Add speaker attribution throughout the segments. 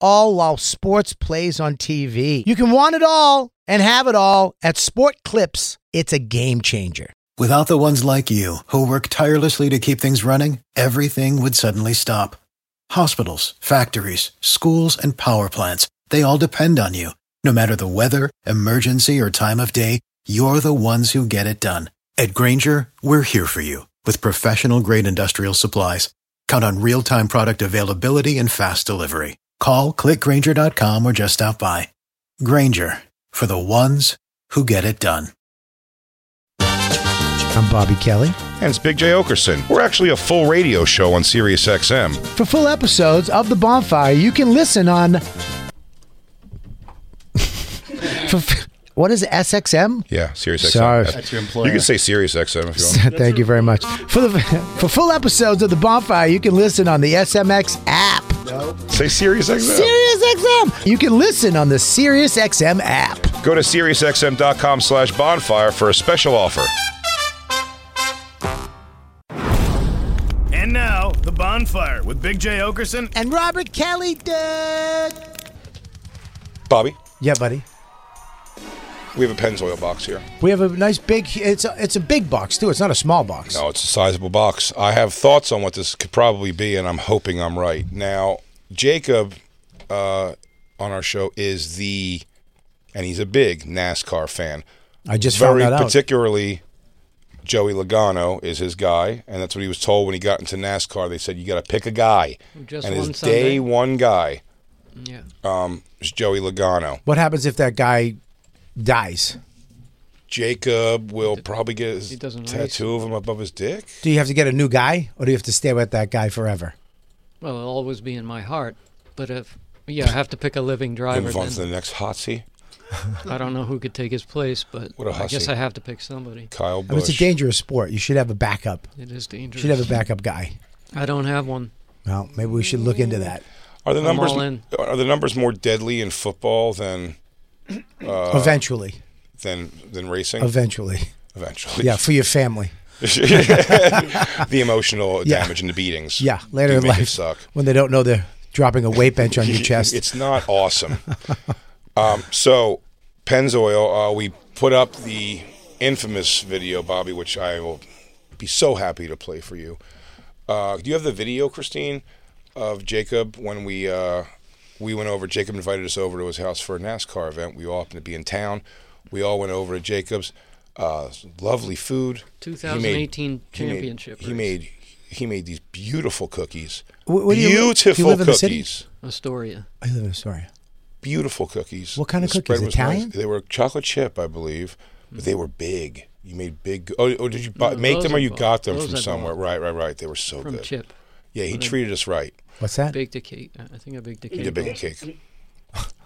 Speaker 1: all while sports plays on TV. You can want it all and have it all at Sport Clips. It's a game changer.
Speaker 2: Without the ones like you, who work tirelessly to keep things running, everything would suddenly stop. Hospitals, factories, schools, and power plants, they all depend on you. No matter the weather, emergency, or time of day, you're the ones who get it done. At Granger, we're here for you with professional grade industrial supplies. Count on real time product availability and fast delivery. Call clickgranger.com or just stop by. Granger for the ones who get it done.
Speaker 1: I'm Bobby Kelly.
Speaker 3: And it's Big J. Okerson. We're actually a full radio show on Sirius XM.
Speaker 1: For full episodes of The Bonfire, you can listen on. For, what is it, SXM?
Speaker 3: Yeah, Sirius XM.
Speaker 1: Sorry.
Speaker 4: That's your
Speaker 3: You
Speaker 4: employer.
Speaker 3: can say Sirius XM if you want.
Speaker 1: Thank you very much. For the for full episodes of The Bonfire, you can listen on the SMX app.
Speaker 3: say Sirius XM.
Speaker 1: SiriusXM. You can listen on the SiriusXM app.
Speaker 3: Go to SiriusXM.com slash bonfire for a special offer.
Speaker 5: And now, The Bonfire with Big J. Okerson.
Speaker 1: And Robert Kelly did.
Speaker 3: Bobby,
Speaker 1: Yeah, buddy.
Speaker 3: we have a Pennzoil box here.
Speaker 1: We have a nice big. It's a, it's a big box too. It's not a small box.
Speaker 3: No, it's a sizable box. I have thoughts on what this could probably be, and I'm hoping I'm right. Now, Jacob uh, on our show is the, and he's a big NASCAR fan.
Speaker 1: I just
Speaker 3: very
Speaker 1: found that out.
Speaker 3: particularly Joey Logano is his guy, and that's what he was told when he got into NASCAR. They said you got to pick a guy,
Speaker 6: Just
Speaker 3: and his
Speaker 6: won
Speaker 3: day
Speaker 6: Sunday.
Speaker 3: one guy um,
Speaker 6: Yeah.
Speaker 3: Uh, is Joey Logano.
Speaker 1: what happens if that guy dies?
Speaker 3: Jacob will probably get his
Speaker 6: He doesn't
Speaker 3: tattoo
Speaker 6: race.
Speaker 3: of him above his dick.
Speaker 1: Do you have to get a new guy, or do you have to stay with that guy forever?
Speaker 6: Well, it'll always be in my heart. But if yeah, I have to pick a living driver,
Speaker 3: Move on to the
Speaker 6: then
Speaker 3: next hot seat.
Speaker 6: I don't know who could take his place. But
Speaker 3: What a
Speaker 6: I guess
Speaker 3: hussy.
Speaker 6: I have to pick somebody.
Speaker 3: Kyle Busch.
Speaker 1: I mean, it's a dangerous sport. You should have a backup.
Speaker 6: It is
Speaker 1: You
Speaker 6: dangerous.
Speaker 1: should have a backup guy.
Speaker 6: I don't have one.
Speaker 1: Well, maybe we should look into that.
Speaker 3: Are the
Speaker 6: I'm
Speaker 3: numbers
Speaker 6: all in.
Speaker 3: are the numbers more deadly in football than Uh,
Speaker 1: eventually,
Speaker 3: than than racing?
Speaker 1: eventually,
Speaker 3: Eventually,
Speaker 1: yeah, for your family.
Speaker 3: the emotional
Speaker 1: Yeah.
Speaker 3: damage and the beatings.
Speaker 1: Yeah, later
Speaker 3: do
Speaker 1: in
Speaker 3: make it
Speaker 1: life,
Speaker 3: suck.
Speaker 1: when they don't know they're dropping a weight bench on your chest.
Speaker 3: It's not awesome. um, so, Pennzoil, uh, we put up the infamous video, Bobby, which I will be so happy to play for you. Uh, do you have the video, Christine, of Jacob when we uh, we went over? Jacob invited us over to his house for a NASCAR event. We all happened to be in town. We all went over to Jacob's. Uh, lovely food. He made-
Speaker 6: 2018
Speaker 3: he made-
Speaker 6: championship
Speaker 3: He
Speaker 6: race.
Speaker 3: made, he made these beautiful cookies.
Speaker 1: Wh- where do you live? Do you
Speaker 3: beautiful
Speaker 1: live in the
Speaker 3: cookies
Speaker 1: city?
Speaker 6: Astoria.
Speaker 1: I live in Astoria.
Speaker 3: beautiful cookies.
Speaker 1: What kind of
Speaker 3: The
Speaker 1: cookies?
Speaker 3: spread was nice.
Speaker 1: Italian? Hmm.
Speaker 3: They were chocolate chip, I believe, but they were big. You made big. Oh, oh did you buy,
Speaker 6: No,
Speaker 3: make
Speaker 6: those
Speaker 3: them or
Speaker 6: I
Speaker 3: you
Speaker 6: bought.
Speaker 3: got them
Speaker 6: Those
Speaker 3: from
Speaker 6: I
Speaker 3: somewhere?
Speaker 6: bought.
Speaker 3: Right, right, right. They were so
Speaker 6: From
Speaker 3: good.
Speaker 6: Chip.
Speaker 3: Yeah, he treated us right.
Speaker 1: What's that?
Speaker 6: Baked a cake. I think I baked a cake.
Speaker 3: He did bake a cake.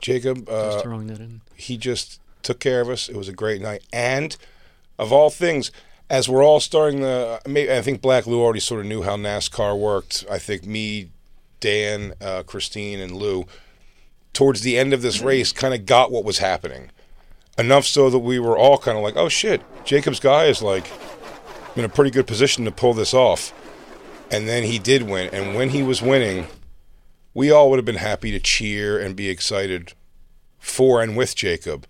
Speaker 3: Jacob, uh,
Speaker 6: Just throwing that in.
Speaker 3: he just took care of us. It was a great night. And of all things, as we're all starting the, may- I think Black Lou already sort of knew how NASCAR worked. I think me, Dan, uh, Christine, and Lou, towards the end of this race, kind of got what was happening. Enough so that we were all kind of like, oh shit, Jacob's guy is like in a pretty good position to pull this off. And then he did win. And when he was winning, we all would have been happy to cheer and be excited for and with Jacob.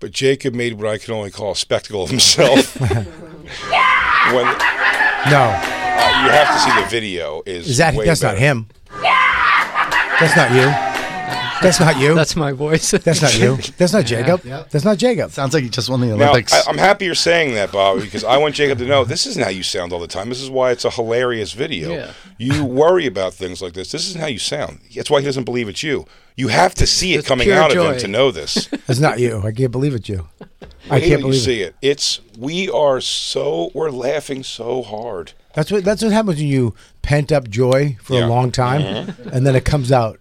Speaker 3: But Jacob made what I can only call a spectacle of himself. when uh,
Speaker 1: No,
Speaker 3: you have to see the video is
Speaker 1: is that?
Speaker 3: way
Speaker 1: That's
Speaker 3: better.
Speaker 1: not him. That's not you. That's not you.
Speaker 6: That's my voice.
Speaker 1: That's not you. That's not Jacob. That's not Jacob.
Speaker 4: Sounds like you just won the
Speaker 3: Now
Speaker 4: Olympics.
Speaker 3: I, I'm happy you're saying that, Bob, because I want Jacob to know this isn't how you sound all the time. This is why it's a hilarious video.
Speaker 6: Yeah.
Speaker 3: You worry about things like this. This isn't how you sound. That's why he doesn't believe it's you. You have to see it
Speaker 6: It's
Speaker 3: coming
Speaker 6: pure
Speaker 3: out of him
Speaker 6: joy.
Speaker 3: to know this.
Speaker 1: That's not you. I can't believe it's you. I
Speaker 3: Wait till
Speaker 1: can't
Speaker 3: you
Speaker 1: believe it.
Speaker 3: see it. It's we are so we're laughing so hard.
Speaker 1: That's what that's what happens when you pent up joy for
Speaker 3: Yeah. Mm-hmm.
Speaker 1: a long time, and then it comes out.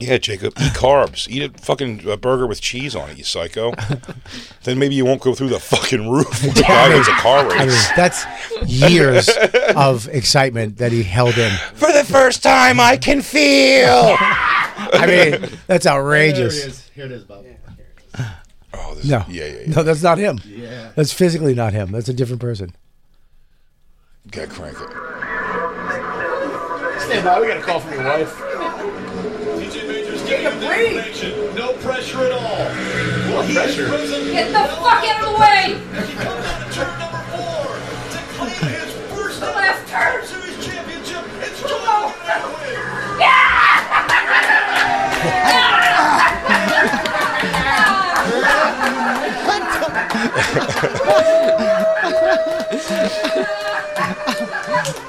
Speaker 3: Yeah, Jacob, eat carbs. Eat a fucking uh burger with cheese on it, you psycho. then maybe you won't go through the fucking roof when the guy wins a car
Speaker 1: I mean,
Speaker 3: race.
Speaker 1: that's years of excitement that he held in.
Speaker 3: For the first time, I can feel.
Speaker 1: I mean, that's
Speaker 4: Here it
Speaker 1: outrageous.
Speaker 4: is. Here it is, Bob.
Speaker 3: Oh, this
Speaker 1: No,
Speaker 3: yeah, yeah, yeah.
Speaker 1: no, that's not him.
Speaker 4: Yeah.
Speaker 1: That's physically not him. That's a different person.
Speaker 3: Got crank it.
Speaker 4: Stand by. We got a call from your wife.
Speaker 7: DJ Majors gave you the information. No pressure at all. Well, he is prison.
Speaker 8: Get the fuck out of the way!
Speaker 7: He comes out of turn number four to claim his first
Speaker 8: The left
Speaker 7: World
Speaker 8: turn!
Speaker 7: Series championship. It's John Elway.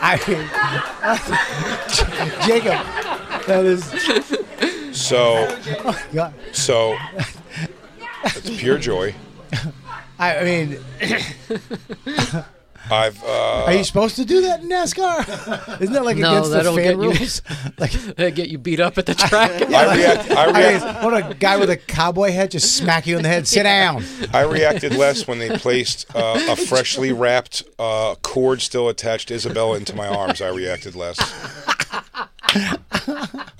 Speaker 1: I mean, Jacob, that is oh
Speaker 3: So,
Speaker 1: God.
Speaker 3: so it's pure joy.
Speaker 1: I I mean,
Speaker 3: I've uh,
Speaker 1: are you supposed to do that in NASCAR? Isn't that like
Speaker 6: No,
Speaker 1: against the
Speaker 6: that'll
Speaker 1: fan
Speaker 6: get you-
Speaker 1: rules? Like,
Speaker 6: They get you beat up at the track.
Speaker 3: I react. I
Speaker 1: I mean,
Speaker 3: react.
Speaker 1: what a guy with a cowboy hat just smack you in the head. Sit down.
Speaker 3: I reacted less when they placed uh, a freshly wrapped uh, cord still attached to Isabella into my arms. I reacted less.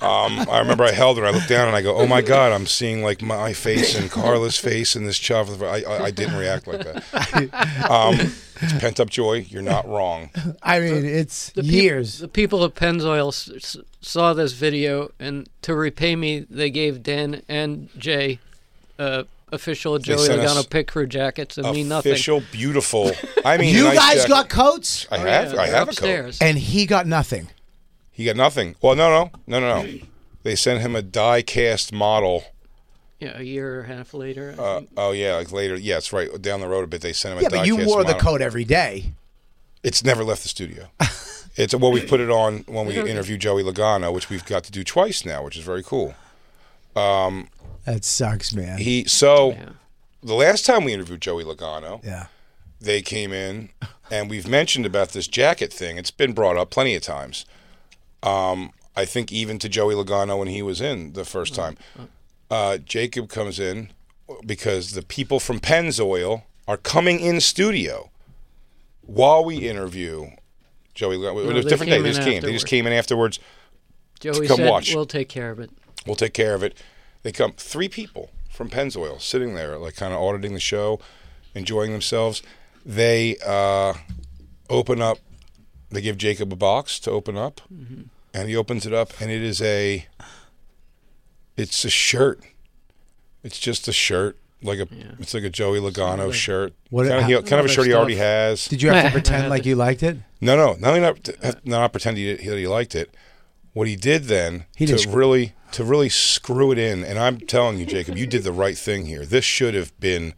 Speaker 3: Um, I remember I held her. I looked down and I go, "Oh my God, I'm seeing like my face and Carla's face and this child." I, I, I didn't react like that. Um, it's pent up joy. You're not wrong.
Speaker 1: I mean, it's
Speaker 6: The peop-
Speaker 1: years.
Speaker 6: the people of Pennzoil s- s- saw this video, and to repay me, they gave Dan and Jay uh, official Joey
Speaker 3: sent us
Speaker 6: Logano pit crew jackets and me nothing.
Speaker 3: Official, beautiful. I mean,
Speaker 1: you
Speaker 3: nice
Speaker 1: guys
Speaker 3: jacket.
Speaker 1: got coats,
Speaker 3: I have. I
Speaker 6: They're
Speaker 3: have a coat.
Speaker 6: Uh, upstairs.
Speaker 1: and he got nothing.
Speaker 3: He got nothing. Well, no, no, no, no, no. They sent him a die cast model.
Speaker 6: Yeah, a year and a half later. I
Speaker 3: Uh,
Speaker 6: think.
Speaker 3: oh yeah, like later. Yeah, it's right down the road a bit. They sent him.
Speaker 1: Yeah,
Speaker 3: a
Speaker 1: but you
Speaker 3: diecast
Speaker 1: wore the
Speaker 3: model.
Speaker 1: coat every day.
Speaker 3: It's never left the studio. it's well, we put it on when we interviewed Joey Logano, which we've got to do twice now, which is very cool.
Speaker 1: That sucks, man.
Speaker 3: He so
Speaker 6: Yeah.
Speaker 3: the last time we interviewed Joey Logano,
Speaker 1: yeah.
Speaker 3: they came in, and we've mentioned about this jacket thing. It's been brought up plenty of times. Um, I think even to Joey Logano when he was in the first time. Uh, Jacob comes in because the people from Pennzoil are coming in studio while we interview Joey. Logano. it was a
Speaker 6: they
Speaker 3: different day.
Speaker 6: came
Speaker 3: They
Speaker 6: in
Speaker 3: just came. They just
Speaker 6: afterward.
Speaker 3: came in afterwards.
Speaker 6: Joey
Speaker 3: come
Speaker 6: said,
Speaker 3: watch.
Speaker 6: "We'll take care of it."
Speaker 3: We'll take care of it. They come three people from Pennzoil sitting there, like kind of auditing the show, enjoying themselves. They uh, open up. They give Jacob a box to open up, and he opens it up, and it is a. It's a shirt. It's just a shirt, like a. It's like a Joey Logano shirt.
Speaker 1: What-
Speaker 3: kind of,
Speaker 1: how-
Speaker 3: kind of a shirt he
Speaker 6: stuff.
Speaker 3: already has.
Speaker 1: Did you have to
Speaker 6: I
Speaker 1: pretend
Speaker 6: had
Speaker 1: like
Speaker 6: to-
Speaker 1: you liked it?
Speaker 3: No, no, not only not have- not pretend he, that he liked it. What he did then
Speaker 1: He
Speaker 3: to
Speaker 1: didn't sc-
Speaker 3: really to really screw it in, and I'm telling you, Jacob, you did the right thing here. This should have been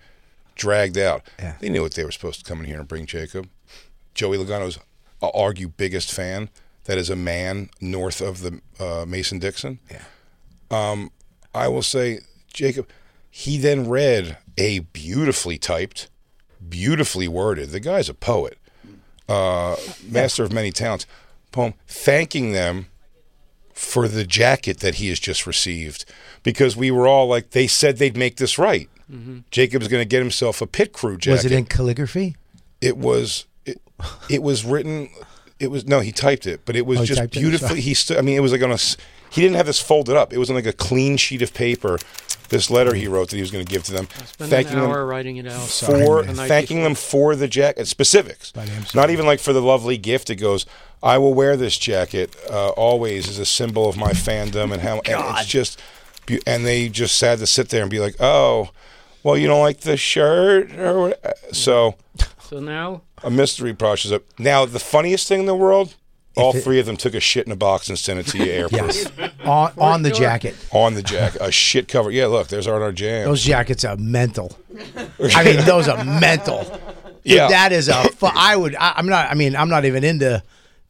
Speaker 3: dragged out.
Speaker 1: Yeah.
Speaker 3: They knew what they were supposed to come in here and bring Jacob. Joey Logano's, I'll argue, biggest fan. That is a man north of the uh, Mason Dixon. Yeah. Um, I will say, Jacob. He then read a beautifully typed, beautifully worded. The guy's a poet uh, master of many talents poem thanking them for the jacket that he has just received because we were all like they said they'd make this right jacob's going to get himself a pit crew jacket
Speaker 1: Mm-hmm. Was it in calligraphy?
Speaker 3: it was it, it was written it was no he typed it but it was
Speaker 1: Oh, he
Speaker 3: just
Speaker 1: typed it,
Speaker 3: beautifully
Speaker 1: sorry.
Speaker 3: he stood i mean it was like on a s- he didn't have this folded up it was on like a clean sheet of paper this letter he wrote that he was going to give to them
Speaker 6: Spend an
Speaker 3: thanking them
Speaker 6: hour writing it
Speaker 3: Oh,
Speaker 6: out.
Speaker 3: for
Speaker 6: The night
Speaker 3: thanking them for the jacket specifics. Not even like for the lovely gift. It goes, I will wear this jacket uh, always as a symbol of my fandom and how. And it's just, bu- and they just had to sit there and be like, oh, well, you don't like the shirt or what? uh, So
Speaker 6: So now
Speaker 3: a mystery process up. Now the funniest thing in the world. All three of them took a shit in a box and sent it to you airproof
Speaker 1: On on the jacket.
Speaker 3: on the jacket. A shit cover. Yeah, look, there's Art Our Jam.
Speaker 1: Those jackets are mental. I mean, those are mental.
Speaker 3: yeah,
Speaker 1: That is a. Fu- I would. I, I'm not. I mean, I'm not even into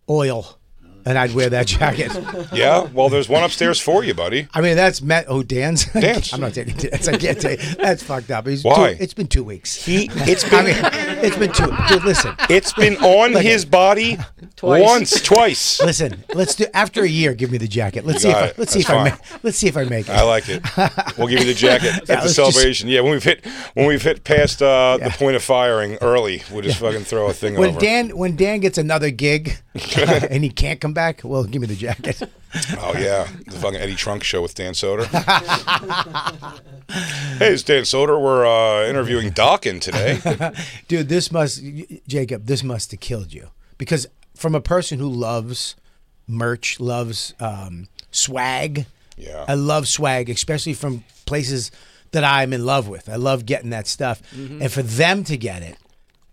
Speaker 1: oil. and I'd wear that jacket.
Speaker 3: Yeah. Well, there's one upstairs for you, buddy.
Speaker 1: I mean, that's Matt. Oh, Dan's.
Speaker 3: Dan's.
Speaker 1: I'm not taking Dan's. I can't take. That's fucked up. He's
Speaker 3: Why?
Speaker 1: Two, it's been two weeks.
Speaker 3: He. It's
Speaker 1: I
Speaker 3: been.
Speaker 1: mean, it's been two. Dude, listen,
Speaker 3: it's been on his body
Speaker 6: Twice.
Speaker 3: once, twice.
Speaker 1: listen. Let's do after a year. Give me the jacket. Let's see.
Speaker 3: You
Speaker 1: If
Speaker 3: got
Speaker 1: I,
Speaker 3: it.
Speaker 1: let's see if
Speaker 3: That's
Speaker 1: I
Speaker 3: fine.
Speaker 1: make. Let's see if I make it.
Speaker 3: I like it. We'll give you the jacket
Speaker 1: Yeah,
Speaker 3: at the
Speaker 1: let's just-
Speaker 3: celebration. Yeah, when we've hit when we've hit past uh, the point of firing early, we'll just fucking throw a thing
Speaker 1: when
Speaker 3: over.
Speaker 1: Dan when Dan gets another gig uh, and he can't come back, well, give me the jacket.
Speaker 3: oh yeah, the fucking Eddie Trunk show with Dan Soder. hey, it's Dan Soder. We're uh, interviewing Dawkins today.
Speaker 1: Dude, this must Jacob, this must have killed you because from a person who loves merch, loves um, swag.
Speaker 3: Yeah.
Speaker 1: I love swag, especially from places that I'm in love with. I love getting that stuff,
Speaker 6: Mm-hmm.
Speaker 1: and for them to get it,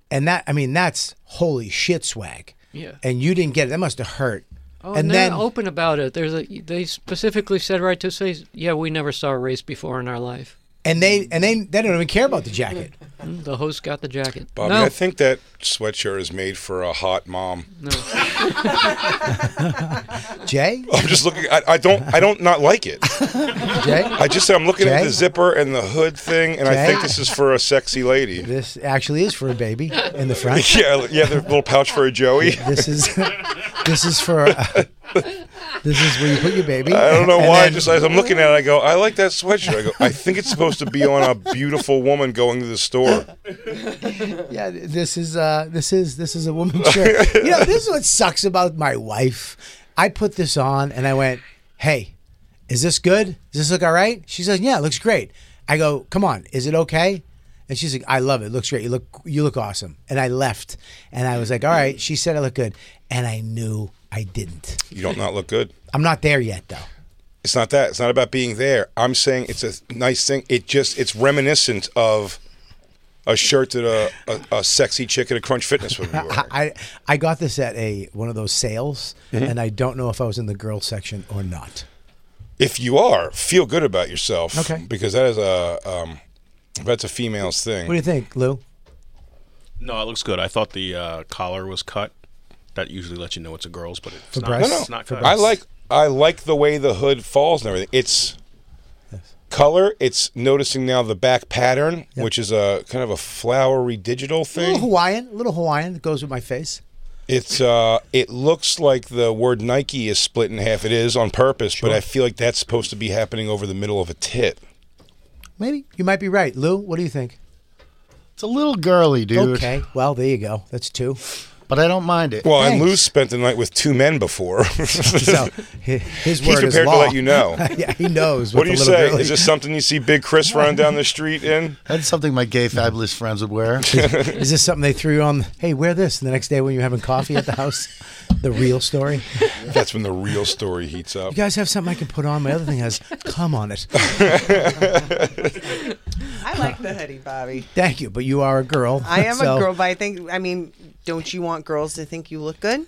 Speaker 1: and that I mean, that's holy shit swag.
Speaker 6: Yeah.
Speaker 1: And you didn't get it. That must have hurt.
Speaker 6: Oh, and, they're open about it. There's a they specifically said right to say, yeah, we never saw a race before in our life.
Speaker 1: and they and they they don't even care about the jacket.
Speaker 6: The host got the jacket.
Speaker 3: Bobby,
Speaker 6: no,
Speaker 3: I think that sweatshirt is made for a hot mom.
Speaker 1: Jay,
Speaker 3: I'm just looking. I, I don't. I don't not like it.
Speaker 1: Jay.
Speaker 3: I just. I'm looking at
Speaker 1: Jay?
Speaker 3: the zipper and the hood thing, and I
Speaker 1: Jay?
Speaker 3: think this is for a sexy lady.
Speaker 1: This actually is for a baby in the front.
Speaker 3: Yeah, yeah, the little pouch for a Joey.
Speaker 1: This is this is for uh, this is where you put your baby.
Speaker 3: I don't know
Speaker 1: And
Speaker 3: why.
Speaker 1: then-
Speaker 3: just as I'm looking at it, I go, I like that sweatshirt. I go, I think it's supposed to be on a beautiful woman going to the store.
Speaker 1: yeah, this is uh this is this is a woman's shirt. you know, this is what sucks about my wife. I put this on and I went, "Hey, is this good? Does this look all right?" She says, "Yeah, it looks great." I go, "Come on, is it okay?" And she's like, "I love it. Looks great. You look you look awesome." And I left, and I was like, "All right." She said I look good, and I knew I didn't.
Speaker 3: You don't not look good.
Speaker 1: I'm not there yet, though.
Speaker 3: It's not that. It's not about being there. I'm saying it's a nice thing. It just it's reminiscent of a shirt that a, a, a sexy chick at a Crunch Fitness would wear.
Speaker 1: I I got this at a one of those sales,
Speaker 3: Mm-hmm.
Speaker 1: and I don't know if I was in the girl section or not.
Speaker 3: If you are, feel good about yourself.
Speaker 1: Okay.
Speaker 3: Because that is a um, that's a female's thing.
Speaker 1: What do you think, Lou?
Speaker 9: No, it looks good. I thought the uh, collar was cut. That usually lets you know it's a girl's, but it's
Speaker 1: For
Speaker 9: not.
Speaker 1: breasts?
Speaker 9: It's not
Speaker 1: For
Speaker 9: cut.
Speaker 3: I like I like the way the hood falls and everything. It's color. It's noticing now the back pattern, which is a kind of a flowery
Speaker 1: A
Speaker 3: digital
Speaker 1: little
Speaker 3: thing.
Speaker 1: Hawaiian, a little Hawaiian that goes with my face.
Speaker 3: It's uh, it looks like the word Nike is split in half. It is on purpose, but I feel like that's supposed to be happening over the middle of a tit.
Speaker 1: Maybe you might be right, Lou. What do you think?
Speaker 4: It's a little girly, dude.
Speaker 1: Okay, well there you go. That's two.
Speaker 4: But I don't mind it.
Speaker 3: Well, and
Speaker 1: Thanks.
Speaker 3: Lou spent the night with two men before.
Speaker 1: So hi- his
Speaker 3: He's
Speaker 1: word is
Speaker 3: prepared
Speaker 1: law.
Speaker 3: to let you know.
Speaker 1: yeah, he knows.
Speaker 3: What
Speaker 1: What
Speaker 3: do
Speaker 1: a
Speaker 3: you
Speaker 1: little
Speaker 3: say?
Speaker 1: girly-
Speaker 3: Is this something you see Big Chris running down the street in?
Speaker 4: That's something my gay fabulous friends would wear.
Speaker 1: Is this something they threw you on? Hey, wear this. And the next day when you're having coffee at the house, the real story.
Speaker 3: That's when the real story heats up.
Speaker 1: You guys have something I can put on. My other thing has come on it.
Speaker 10: I like the hoodie, Bobby.
Speaker 1: Thank you, but you are a girl.
Speaker 10: I am
Speaker 1: so,
Speaker 10: a girl, but I think, I mean, don't you want girls to think you look good?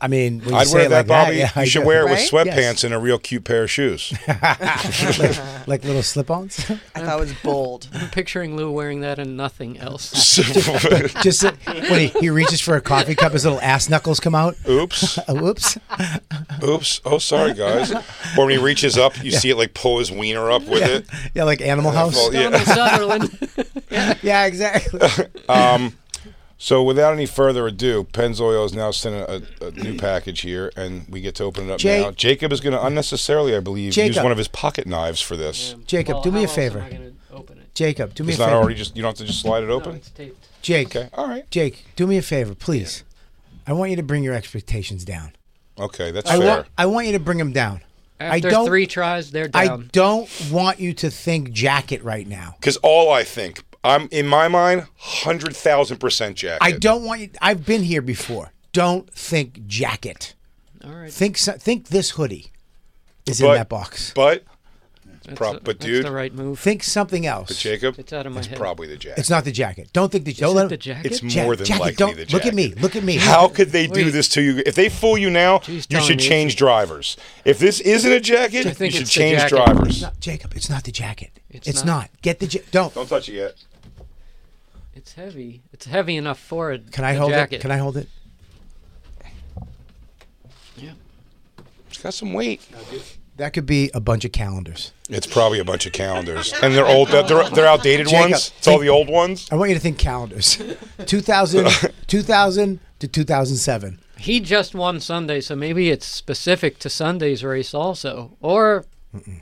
Speaker 1: I mean, when you
Speaker 3: I'd
Speaker 1: say
Speaker 3: wear
Speaker 1: it
Speaker 3: that,
Speaker 1: like
Speaker 3: Bobby.
Speaker 1: yeah, I
Speaker 3: you should
Speaker 1: do.
Speaker 3: wear it with
Speaker 10: Right?
Speaker 3: sweatpants
Speaker 1: Yes.
Speaker 3: and a real cute pair of shoes.
Speaker 1: like little slip-ons.
Speaker 10: I thought it was bold.
Speaker 6: I'm picturing Lou wearing that and nothing else.
Speaker 3: So-
Speaker 1: Just uh, when he, he reaches for a coffee cup, his little ass knuckles come out.
Speaker 3: oops,
Speaker 1: Uh, whoops.
Speaker 3: oops. Oh, sorry, guys. Or when he reaches up, you see it like pull his wiener up with it.
Speaker 1: Yeah, like Animal House.
Speaker 3: Well, yeah.
Speaker 6: Donald Sutherland.
Speaker 1: Yeah, exactly.
Speaker 3: So, without any further ado, Pennzoil is now sending a, a new package here, and we get to open it up
Speaker 1: Jay-
Speaker 3: now. Jacob is going to unnecessarily, I believe, use
Speaker 1: Jacob.
Speaker 3: one of his pocket knives for this.
Speaker 1: Jacob, do
Speaker 6: Well,
Speaker 1: me
Speaker 6: how
Speaker 1: a
Speaker 6: else
Speaker 1: favor.
Speaker 6: Am I gonna open it?
Speaker 1: Jacob, do me
Speaker 3: It's
Speaker 1: a
Speaker 3: not
Speaker 1: favor.
Speaker 3: already just. You don't have to just slide it
Speaker 6: No,
Speaker 3: open.
Speaker 6: it's taped.
Speaker 1: Jake,
Speaker 3: Okay. All right.
Speaker 1: Jake, do me a favor, please. I want you to bring your expectations down.
Speaker 3: Okay, that's
Speaker 1: I
Speaker 3: fair.
Speaker 1: want I want you to bring them down. I
Speaker 6: After
Speaker 1: don't
Speaker 6: three tries, they're
Speaker 1: I
Speaker 6: down.
Speaker 1: don't want you to think jacket right now.
Speaker 3: Because all I think, I'm in my mind, hundred thousand percent jacket.
Speaker 1: I don't want you I've been here before. Don't think jacket.
Speaker 6: All right.
Speaker 1: Think so- think this hoodie is in
Speaker 3: But-
Speaker 1: that box.
Speaker 3: But
Speaker 6: That's
Speaker 3: prop-
Speaker 6: the-
Speaker 3: but
Speaker 6: that's
Speaker 3: dude-
Speaker 6: the right move.
Speaker 1: Think something else.
Speaker 3: Jacob,
Speaker 6: It's out of my
Speaker 3: it's
Speaker 6: head.
Speaker 3: probably the jacket.
Speaker 1: It's not the jacket. Don't think the,
Speaker 6: Is
Speaker 1: don't
Speaker 6: it
Speaker 1: let
Speaker 6: the
Speaker 1: him-
Speaker 6: jacket?
Speaker 3: It's
Speaker 1: Ja-
Speaker 3: more than
Speaker 1: jacket,
Speaker 3: likely
Speaker 1: don't,
Speaker 3: the
Speaker 1: Look at
Speaker 3: jacket.
Speaker 1: me. Look at me.
Speaker 3: How could they do
Speaker 6: Wait.
Speaker 3: this to you? If they fool you now,
Speaker 6: Jeez,
Speaker 3: you
Speaker 6: Tom,
Speaker 3: should
Speaker 6: you
Speaker 3: change
Speaker 6: should-
Speaker 3: drivers. If this isn't a jacket,
Speaker 6: I think
Speaker 3: you should
Speaker 6: it's the
Speaker 3: change
Speaker 6: jacket.
Speaker 3: drivers.
Speaker 1: Jacob, it's not the jacket. It's,
Speaker 6: It's
Speaker 1: not.
Speaker 6: not.
Speaker 1: Get the ja- don't.
Speaker 3: Don't touch it yet.
Speaker 6: It's heavy. It's heavy enough for a
Speaker 1: Can I
Speaker 6: a
Speaker 1: hold
Speaker 6: jacket.
Speaker 1: it? Can I hold it?
Speaker 6: Yeah.
Speaker 3: It's got some weight.
Speaker 1: That could be a bunch of calendars.
Speaker 3: It's probably a bunch of calendars, and they're old. They're, they're outdated
Speaker 1: Jacob,
Speaker 3: ones. It's all
Speaker 1: think-
Speaker 3: the old ones.
Speaker 1: I want you to think calendars. 2000, 2000 to 2007.
Speaker 6: He just won Sunday, so maybe it's specific to Sunday's race also. Or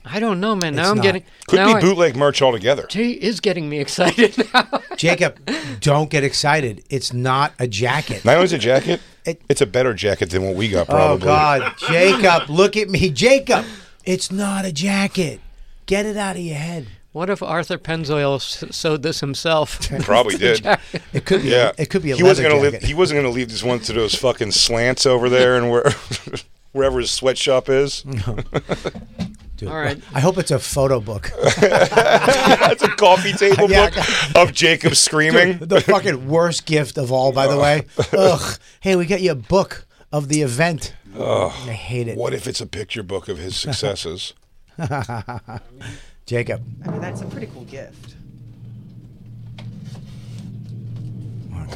Speaker 6: I don't know, man. Now
Speaker 1: It's
Speaker 6: I'm
Speaker 1: not.
Speaker 6: getting
Speaker 3: Could
Speaker 6: now
Speaker 3: be
Speaker 6: I-
Speaker 3: bootleg merch altogether.
Speaker 6: Jay is getting me excited now.
Speaker 1: Jacob, don't get excited. It's not a jacket.
Speaker 3: Not only is it a jacket, it's a better jacket than what we got.
Speaker 1: Oh,
Speaker 3: Probably.
Speaker 1: God. Jacob, look at me. Jacob, it's not a jacket. Get it out of your head.
Speaker 6: what if Arthur Pennzoil s- sewed this himself?
Speaker 3: Probably did.
Speaker 1: It could be.
Speaker 3: Yeah,
Speaker 1: It could be a
Speaker 3: he wasn't
Speaker 1: leather
Speaker 3: gonna leave-
Speaker 1: jacket.
Speaker 3: he wasn't going to leave this one to those fucking slants over there and where, wherever his sweatshop is.
Speaker 1: Dude,
Speaker 6: All right.
Speaker 1: I hope it's a photo book.
Speaker 3: That's a coffee table
Speaker 1: Yeah.
Speaker 3: book of Jacob screaming.
Speaker 1: the fucking worst gift of all, by the way. Ugh. Hey, we got you a book of the event. I hate it.
Speaker 3: What if it's a picture book of his successes?
Speaker 1: Jacob.
Speaker 10: I mean, that's a pretty cool gift.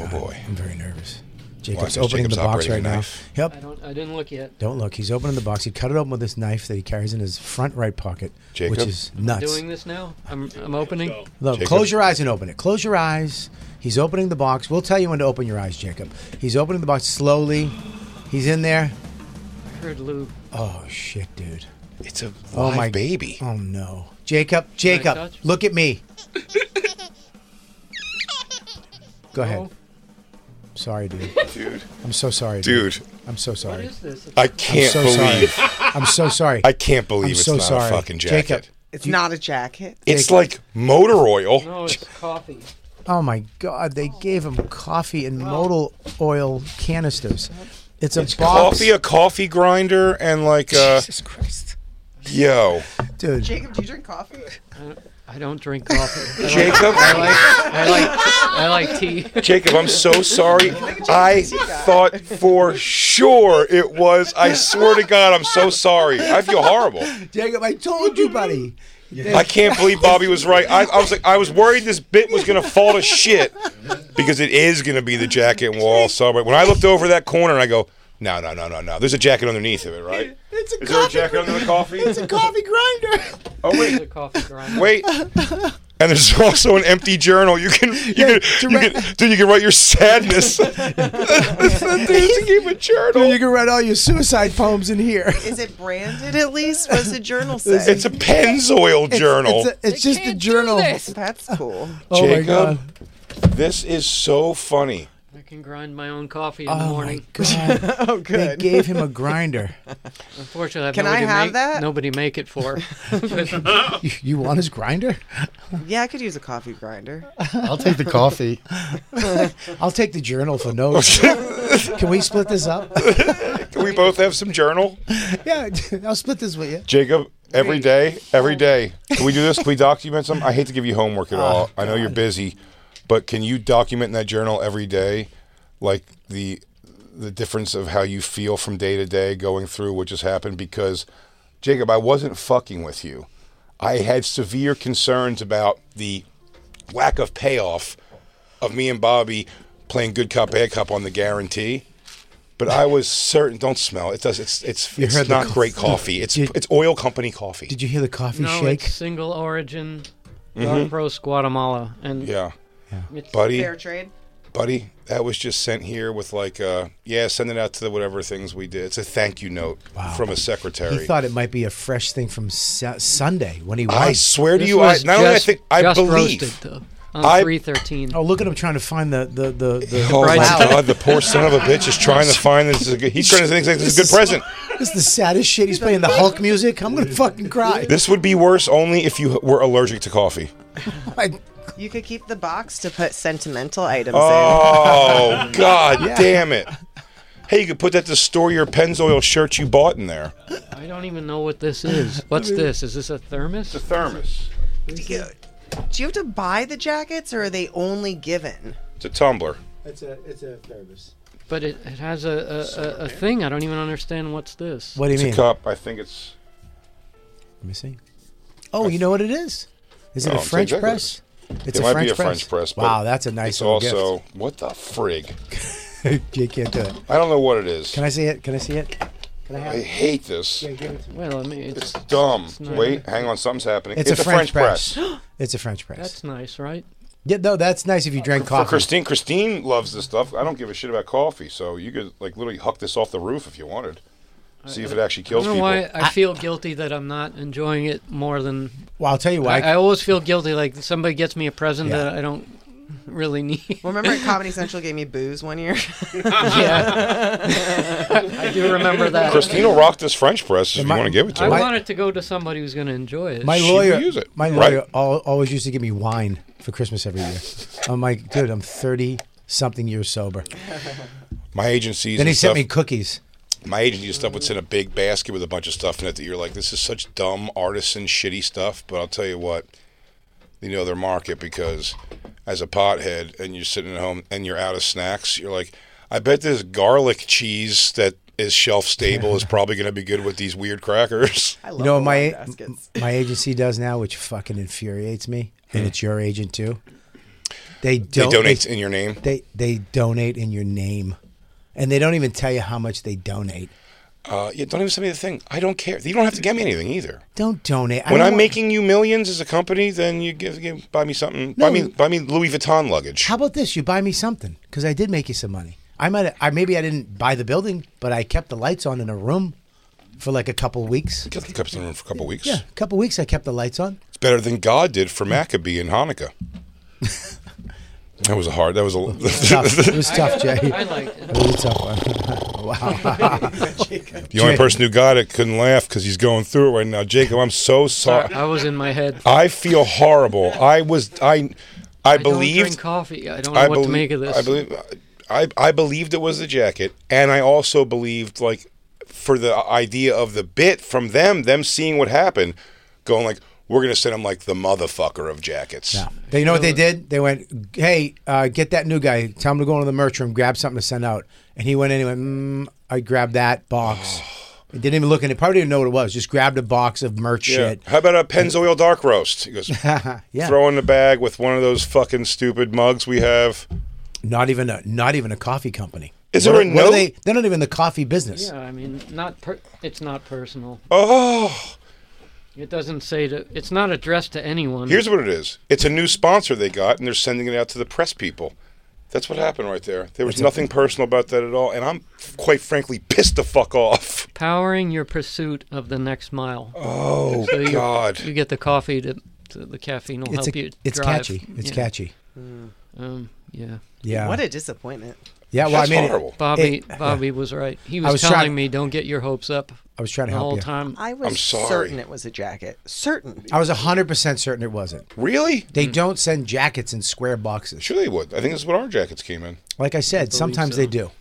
Speaker 3: oh boy.
Speaker 1: I'm very nervous.
Speaker 3: Why? 'Cause
Speaker 1: Jacob's opening
Speaker 3: Jacob's
Speaker 1: the box
Speaker 3: operating a
Speaker 1: right now.
Speaker 3: knife.
Speaker 6: I
Speaker 1: Yep.
Speaker 6: don't. I didn't look yet.
Speaker 1: Don't look. He's opening the box. He cut it open with this knife that he carries in his front right pocket,
Speaker 3: Jacob?
Speaker 1: which is nuts.
Speaker 6: Doing this now. I'm. I'm opening.
Speaker 1: Look,
Speaker 3: Jacob?
Speaker 1: close your eyes and open it. Close your eyes. He's opening the box. We'll tell you when to open your eyes, Jacob. He's opening the box slowly. He's in there.
Speaker 6: I heard Lou.
Speaker 1: Oh shit, dude.
Speaker 3: It's a
Speaker 1: Oh
Speaker 3: live
Speaker 1: my
Speaker 3: baby.
Speaker 1: Oh no. Jacob, Jacob,
Speaker 6: touch?
Speaker 1: look at me. Go ahead.
Speaker 6: Oh,
Speaker 1: Sorry, dude.
Speaker 3: Dude.
Speaker 1: I'm so sorry.
Speaker 3: Dude,
Speaker 1: I'm so
Speaker 6: what
Speaker 1: sorry.
Speaker 6: is this?
Speaker 3: I
Speaker 1: I'm
Speaker 3: can't
Speaker 1: so
Speaker 3: believe
Speaker 1: sorry. I'm so sorry.
Speaker 3: I can't believe
Speaker 1: I'm
Speaker 3: it's
Speaker 1: so
Speaker 3: not
Speaker 1: sorry.
Speaker 3: a fucking jacket.
Speaker 1: Jacob.
Speaker 10: It's not a jacket.
Speaker 3: It's like motor oil.
Speaker 6: No, it's coffee.
Speaker 1: Oh my god, they gave him coffee and modal oil canisters. It's a box.
Speaker 3: Coffee, a coffee grinder, and like, uh,
Speaker 10: Jesus Christ.
Speaker 3: yo,
Speaker 1: Dude.
Speaker 10: Jacob, do you drink coffee?
Speaker 6: I don't drink coffee. I like-
Speaker 3: Jacob,
Speaker 6: I like. I like. I like tea.
Speaker 3: Jacob, I'm so sorry. I thought for sure it was. I swear to God, I'm so sorry. I feel horrible.
Speaker 1: Jacob, I told you, buddy.
Speaker 3: I can't believe Bobby was right. I, I was like, I was worried this bit was gonna fall to shit because it is gonna be the jacket and we'll all celebrate. When I looked over that corner and I go, no, no, no, no, no. There's a jacket underneath of it, right?
Speaker 1: It's a
Speaker 3: Is there a
Speaker 1: coffee
Speaker 3: jacket under the coffee?
Speaker 1: It's a coffee grinder.
Speaker 3: Oh wait,
Speaker 6: The coffee grinder.
Speaker 3: wait. And there's also an empty journal. You can, you can, you can, dude, you can write your sadness. Dude, you keep a journal.
Speaker 1: you can write all your suicide poems in here.
Speaker 10: Is it branded at least? What does the journal say?
Speaker 3: It's a Pennzoil journal.
Speaker 1: It's, a, it's just a journal.
Speaker 10: That's cool.
Speaker 1: Oh my god.
Speaker 3: this is so funny.
Speaker 6: I can grind my own coffee in the
Speaker 1: Oh my
Speaker 6: morning.
Speaker 1: god.
Speaker 10: Oh,
Speaker 1: they
Speaker 10: good.
Speaker 1: gave him a grinder.
Speaker 6: Unfortunately, I've
Speaker 10: Can I
Speaker 6: nobody
Speaker 10: have
Speaker 6: make,
Speaker 10: that?
Speaker 6: Nobody make it for.
Speaker 1: You, you want his grinder?
Speaker 10: yeah, I could use a coffee grinder.
Speaker 4: I'll take the coffee.
Speaker 1: I'll take the journal for notes. Can we split this up?
Speaker 3: Can we both have some journal?
Speaker 1: Yeah, I'll split this with you.
Speaker 3: Jacob, every day, every day. Can we do this? Can we document some? I hate to give you homework at all. I know you're busy, but can you document in that journal every day, like the the difference of how you feel from day to day, going through what just happened? Because, Jacob, I wasn't fucking with you. I had severe concerns about the lack of payoff of me and Bobby playing good cop bad cop on the guarantee. But I was certain. Don't smell. It does. It's it's it's
Speaker 1: heard the
Speaker 3: not
Speaker 1: co-
Speaker 3: great coffee. It's
Speaker 1: Did-
Speaker 3: it's oil company coffee.
Speaker 1: Did you hear the coffee
Speaker 6: no,
Speaker 1: shake?
Speaker 6: it's single origin, dark roast Guatemala, and
Speaker 3: Mm-hmm. yeah,
Speaker 6: it's
Speaker 3: buddy,
Speaker 10: Fair trade.
Speaker 3: buddy. That was just sent here with like, uh, yeah, send it out to the whatever things we did. It's a thank you note from a secretary.
Speaker 1: He thought it might be a fresh thing from Su- Sunday when he
Speaker 3: I
Speaker 1: was.
Speaker 3: swear to
Speaker 6: This
Speaker 3: you, I,
Speaker 6: was
Speaker 3: not only I
Speaker 6: just-
Speaker 3: think I
Speaker 6: just
Speaker 3: believe. Oh,
Speaker 6: roasted, though, on
Speaker 3: I-
Speaker 6: 313.
Speaker 1: Oh, look at him trying to find the the the. the
Speaker 3: Oh my
Speaker 6: Right.
Speaker 3: God! The poor son of a bitch is trying to find this. Is a good, he's trying to think this is a good present.
Speaker 1: This is the saddest shit. He's playing the Hulk music. I'm gonna fucking cry.
Speaker 3: This would be worse only if you were allergic to coffee.
Speaker 1: I-
Speaker 10: You could keep the box to put sentimental items
Speaker 3: Oh God damn it! Hey, you could put that to store your Pennzoil shirt you bought in there.
Speaker 6: I don't even know what this is. What's this? Is this a thermos?
Speaker 3: thermos.
Speaker 10: in. Do you, do you have to buy the jackets or are they only given?
Speaker 3: It's a tumbler.
Speaker 1: It's a it's a thermos.
Speaker 6: But it, it has a, a, a, a thing. I don't even understand what's this.
Speaker 1: What do you
Speaker 3: It's
Speaker 1: mean?
Speaker 3: a cup. I think it's.
Speaker 1: Let me see. Oh, you know what it is? Is it
Speaker 3: Oh,
Speaker 1: a
Speaker 3: it's
Speaker 1: French
Speaker 3: exactly
Speaker 1: press? It's
Speaker 3: It might be a French press. but
Speaker 1: Wow, that's a nice
Speaker 3: It's
Speaker 1: little
Speaker 3: also what the frig.
Speaker 1: gift. you can't do it.
Speaker 3: I don't know what it is.
Speaker 1: Can I see it? Can I see it? Can I have
Speaker 3: I
Speaker 1: it?
Speaker 3: hate this.
Speaker 6: Yeah, give it to me. Well, I mean,
Speaker 3: it's,
Speaker 6: it's-
Speaker 3: dumb.
Speaker 6: it's not-
Speaker 3: Wait, hang on, something's happening.
Speaker 1: It's, a, French, press. it's a French press.
Speaker 6: That's nice, right?
Speaker 1: Yeah, no, that's nice if you drank
Speaker 3: For
Speaker 1: coffee.
Speaker 3: Christine, Christine loves this stuff. I don't give a shit about coffee, so you could like literally huck this off the roof if you wanted. See if it actually kills
Speaker 6: I don't
Speaker 3: people.
Speaker 6: know why I feel guilty that I'm not enjoying it more than.
Speaker 1: Well, I'll tell you why.
Speaker 6: I, I always feel guilty like somebody gets me a present
Speaker 1: Yeah.
Speaker 6: that I don't really need.
Speaker 10: Remember, at Comedy Central gave me booze one year.
Speaker 6: yeah, I do remember that.
Speaker 3: Christine will rock this French press if you want to give it to
Speaker 6: I
Speaker 3: her.
Speaker 6: want it to go to somebody who's going to enjoy it.
Speaker 1: my lawyer,
Speaker 3: use it,
Speaker 1: my
Speaker 3: right?
Speaker 1: lawyer al always used to give me wine for Christmas every year. I'm like, dude, I'm 30 something years sober.
Speaker 3: My agencies.
Speaker 1: Then
Speaker 3: and
Speaker 1: he sent
Speaker 3: stuff-
Speaker 1: me cookies.
Speaker 3: My agency and stuff would send a big basket with a bunch of stuff in it that you're like, this is such dumb artisan shitty stuff. But I'll tell you what, you know their market because as a pothead and you're sitting at home and you're out of snacks, you're like, I bet this garlic cheese that is shelf stable is probably going to be good with these weird crackers.
Speaker 10: I love
Speaker 1: You know what
Speaker 10: the
Speaker 1: my
Speaker 10: wine
Speaker 1: m-
Speaker 10: baskets.
Speaker 1: my agency does now, which fucking infuriates me, and it's your agent too. They
Speaker 3: Hmm. They
Speaker 1: don't e-
Speaker 3: donate in your name.
Speaker 1: They they donate in your name, and they don't even tell you how much they donate.
Speaker 3: Uh, yeah, don't even send me the thing. I don't care. You don't have to get me anything either.
Speaker 1: Don't donate. I
Speaker 3: When
Speaker 1: don't
Speaker 3: I'm
Speaker 1: want-
Speaker 3: making you millions as a company, then you give, give buy me something. buy me
Speaker 1: No.
Speaker 3: buy me Louis Vuitton luggage.
Speaker 1: how about this? You buy me something because I did make you some money. I might I maybe I didn't buy the building, but I kept the lights on in a room for like a couple weeks.
Speaker 3: Get the cups in the room for a couple weeks.
Speaker 1: Yeah, a couple weeks I kept the lights on.
Speaker 3: It's better than God did
Speaker 6: Hmm.
Speaker 3: for Maccabee and Hanukkah. that was a hard. That was a.
Speaker 1: Tough. it was tough, Jay.
Speaker 6: I liked
Speaker 1: It was a tough one. wow.
Speaker 3: the only
Speaker 1: Jay.
Speaker 3: person who got it couldn't laugh because he's going through it right now. Jacob, I'm so sorry.
Speaker 6: I was in my head.
Speaker 3: I feel horrible. I was. I. I,
Speaker 6: I don't
Speaker 3: believed.
Speaker 6: drink coffee. I don't know
Speaker 3: I
Speaker 6: what
Speaker 3: believe.
Speaker 6: to make of this.
Speaker 3: I believe. I, I believed it was the jacket, and I also believed like for the idea of the bit from them, them seeing what happened, going like, "We're gonna send him like the motherfucker of jackets."
Speaker 1: No. They, you know what they did? They went, hey, uh, get that new guy. Tell him to go into the merch room, grab something to send out. And he went in and went, mm, I grabbed that box. He didn't even look in it. Probably didn't know what it was. Just grabbed a box of merch
Speaker 3: Yeah.
Speaker 1: shit.
Speaker 3: How about a Pennzoil dark roast? He goes,
Speaker 1: Yeah.
Speaker 3: throw in the bag with one of those fucking stupid mugs we have.
Speaker 1: Not even a not even a coffee company.
Speaker 3: Is
Speaker 1: What
Speaker 3: there
Speaker 1: are-
Speaker 3: a
Speaker 1: what are
Speaker 3: note?
Speaker 1: They, they're not even in the coffee business.
Speaker 6: yeah, I mean, not per- it's not personal.
Speaker 3: Oh,
Speaker 6: It doesn't say to. It's not addressed to anyone.
Speaker 3: here's what it is. It's a new sponsor they got, and they're sending it out to the press people. That's what happened right there. There was nothing personal about that at all, and I'm quite frankly pissed the fuck off.
Speaker 6: powering your pursuit of the next mile.
Speaker 3: Oh
Speaker 6: So you- You
Speaker 3: God!
Speaker 6: get the coffee to, to the caffeine will
Speaker 1: It's
Speaker 6: help
Speaker 1: a,
Speaker 6: you.
Speaker 1: it's
Speaker 6: drive.
Speaker 1: catchy. It's
Speaker 6: yeah.
Speaker 1: catchy.
Speaker 6: Um, yeah.
Speaker 1: Yeah.
Speaker 10: What a disappointment.
Speaker 1: yeah, well,
Speaker 3: That's
Speaker 1: I mean, it-
Speaker 3: horrible.
Speaker 6: Bobby
Speaker 1: it-
Speaker 6: Bobby was right. He was,
Speaker 1: was
Speaker 6: telling
Speaker 1: trying-
Speaker 6: me don't get your hopes up.
Speaker 1: I was trying to
Speaker 6: the
Speaker 1: help
Speaker 6: whole
Speaker 1: you.
Speaker 6: time.
Speaker 10: I was
Speaker 3: I'm sorry.
Speaker 10: certain it was a jacket. Certain.
Speaker 1: I was 100% certain it wasn't.
Speaker 3: Really?
Speaker 6: Mm.
Speaker 1: They don't send jackets in square boxes.
Speaker 3: Sure they would. I think that's what our jackets came in.
Speaker 1: Like I said, sometimes they do.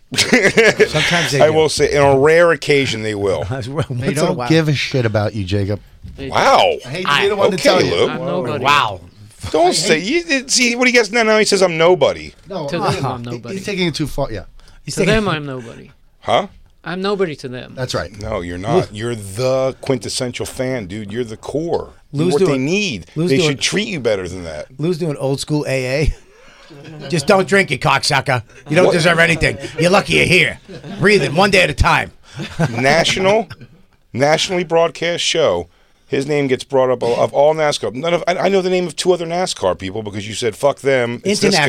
Speaker 1: sometimes they
Speaker 3: I
Speaker 1: do.
Speaker 3: will say, on a rare occasion, they will.
Speaker 1: Once in
Speaker 4: They
Speaker 1: a
Speaker 4: don't
Speaker 1: while.
Speaker 4: give a shit about you, Jacob.
Speaker 3: Wow.
Speaker 4: I hate to be the one to tell
Speaker 3: okay,
Speaker 4: you.
Speaker 3: Lou.
Speaker 6: I'm nobody.
Speaker 1: Wow.
Speaker 3: Don't say. You, see what he gets now. Now he says I'm nobody.
Speaker 4: No,
Speaker 6: To them, I'm nobody.
Speaker 4: He's taking it too far. Yeah,
Speaker 1: He's
Speaker 6: To
Speaker 1: taking-
Speaker 6: them, I'm nobody.
Speaker 3: Huh?
Speaker 6: I'm nobody to them.
Speaker 4: that's right.
Speaker 3: No, you're not. You're the quintessential fan, dude. You're the core. You're
Speaker 1: Lou's
Speaker 3: what they
Speaker 1: doing-
Speaker 3: need.
Speaker 1: Lou's
Speaker 3: they
Speaker 1: doing-
Speaker 3: should treat you better than that.
Speaker 1: Lou's doing old school AA. Just don't drink it, cocksucker. You don't deserve anything. You're lucky you're here. Breathe it one day at a time.
Speaker 3: National, nationally broadcast show. His name gets brought up of all NASCAR. None of I, I know the name of two other NASCAR people because you said fuck them. It's this guy.